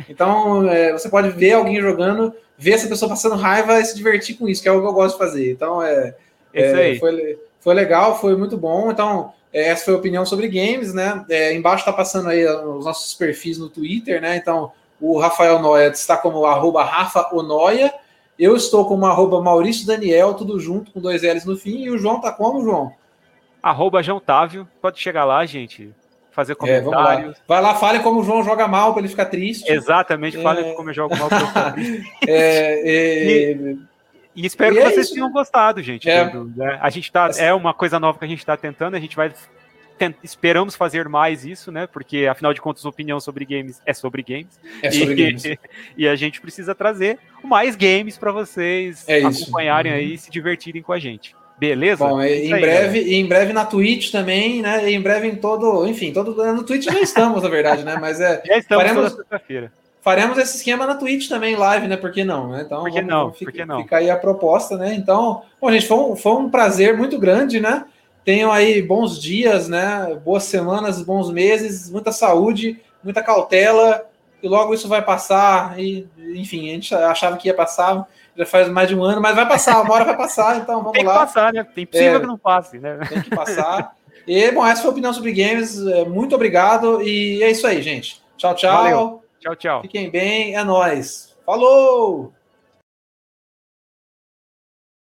Speaker 2: Então, é, você pode ver alguém jogando, ver essa pessoa passando raiva e se divertir com isso, que é o que eu gosto de fazer. Então, é.
Speaker 3: é isso aí.
Speaker 2: Foi, foi legal, foi muito bom. Então, essa foi a opinião sobre games, né? É, embaixo tá passando aí os nossos perfis no Twitter, né? Então, o Rafael Noia está como arroba RafaOnoia. Eu estou como arroba Maurício Daniel, tudo junto, com dois L's no fim. E o João tá como, João?
Speaker 3: Arroba João Távio. Pode chegar lá, gente. Fazer comentários.
Speaker 2: É, Vai lá, fale como o João joga mal para ele ficar triste.
Speaker 3: Exatamente, é... fale como eu jogo mal para ele ficar triste.
Speaker 2: é,
Speaker 3: [laughs] e... E
Speaker 2: [laughs]
Speaker 3: espero e que é vocês isso, tenham né? gostado, gente. É. Do, né? A gente tá. É uma coisa nova que a gente está tentando, a gente vai. Tent, esperamos fazer mais isso, né? Porque, afinal de contas, opinião sobre games é sobre games.
Speaker 2: É sobre e, games.
Speaker 3: E, [laughs] e a gente precisa trazer mais games para vocês é acompanharem uhum. aí e se divertirem com a gente. Beleza?
Speaker 2: Bom, é em aí, breve, né? em breve na Twitch também, né? E em breve em todo. Enfim, todo. No Twitch já estamos, na verdade, né? Mas é.
Speaker 3: Já estamos faremos... toda feira
Speaker 2: faremos esse esquema na Twitch também, live, né? Por que não? Né? Então,
Speaker 3: Por que vamos, não? Fica, Por não?
Speaker 2: Fica aí a proposta, né? Então, bom, gente, foi um, foi um prazer muito grande, né? Tenham aí bons dias, né? Boas semanas, bons meses, muita saúde, muita cautela, e logo isso vai passar. E, enfim, a gente achava que ia passar, já faz mais de um ano, mas vai passar, uma hora vai
Speaker 3: [laughs]
Speaker 2: passar, então vamos
Speaker 3: Tem
Speaker 2: lá.
Speaker 3: Tem que passar, né? Tem possível é, que não passe, né? [laughs]
Speaker 2: Tem que passar. E, bom, essa foi a opinião sobre games. é, Muito obrigado, e é isso aí, gente. Tchau, tchau. Valeu.
Speaker 3: Tchau, tchau.
Speaker 2: Fiquem bem, é nós. Falou!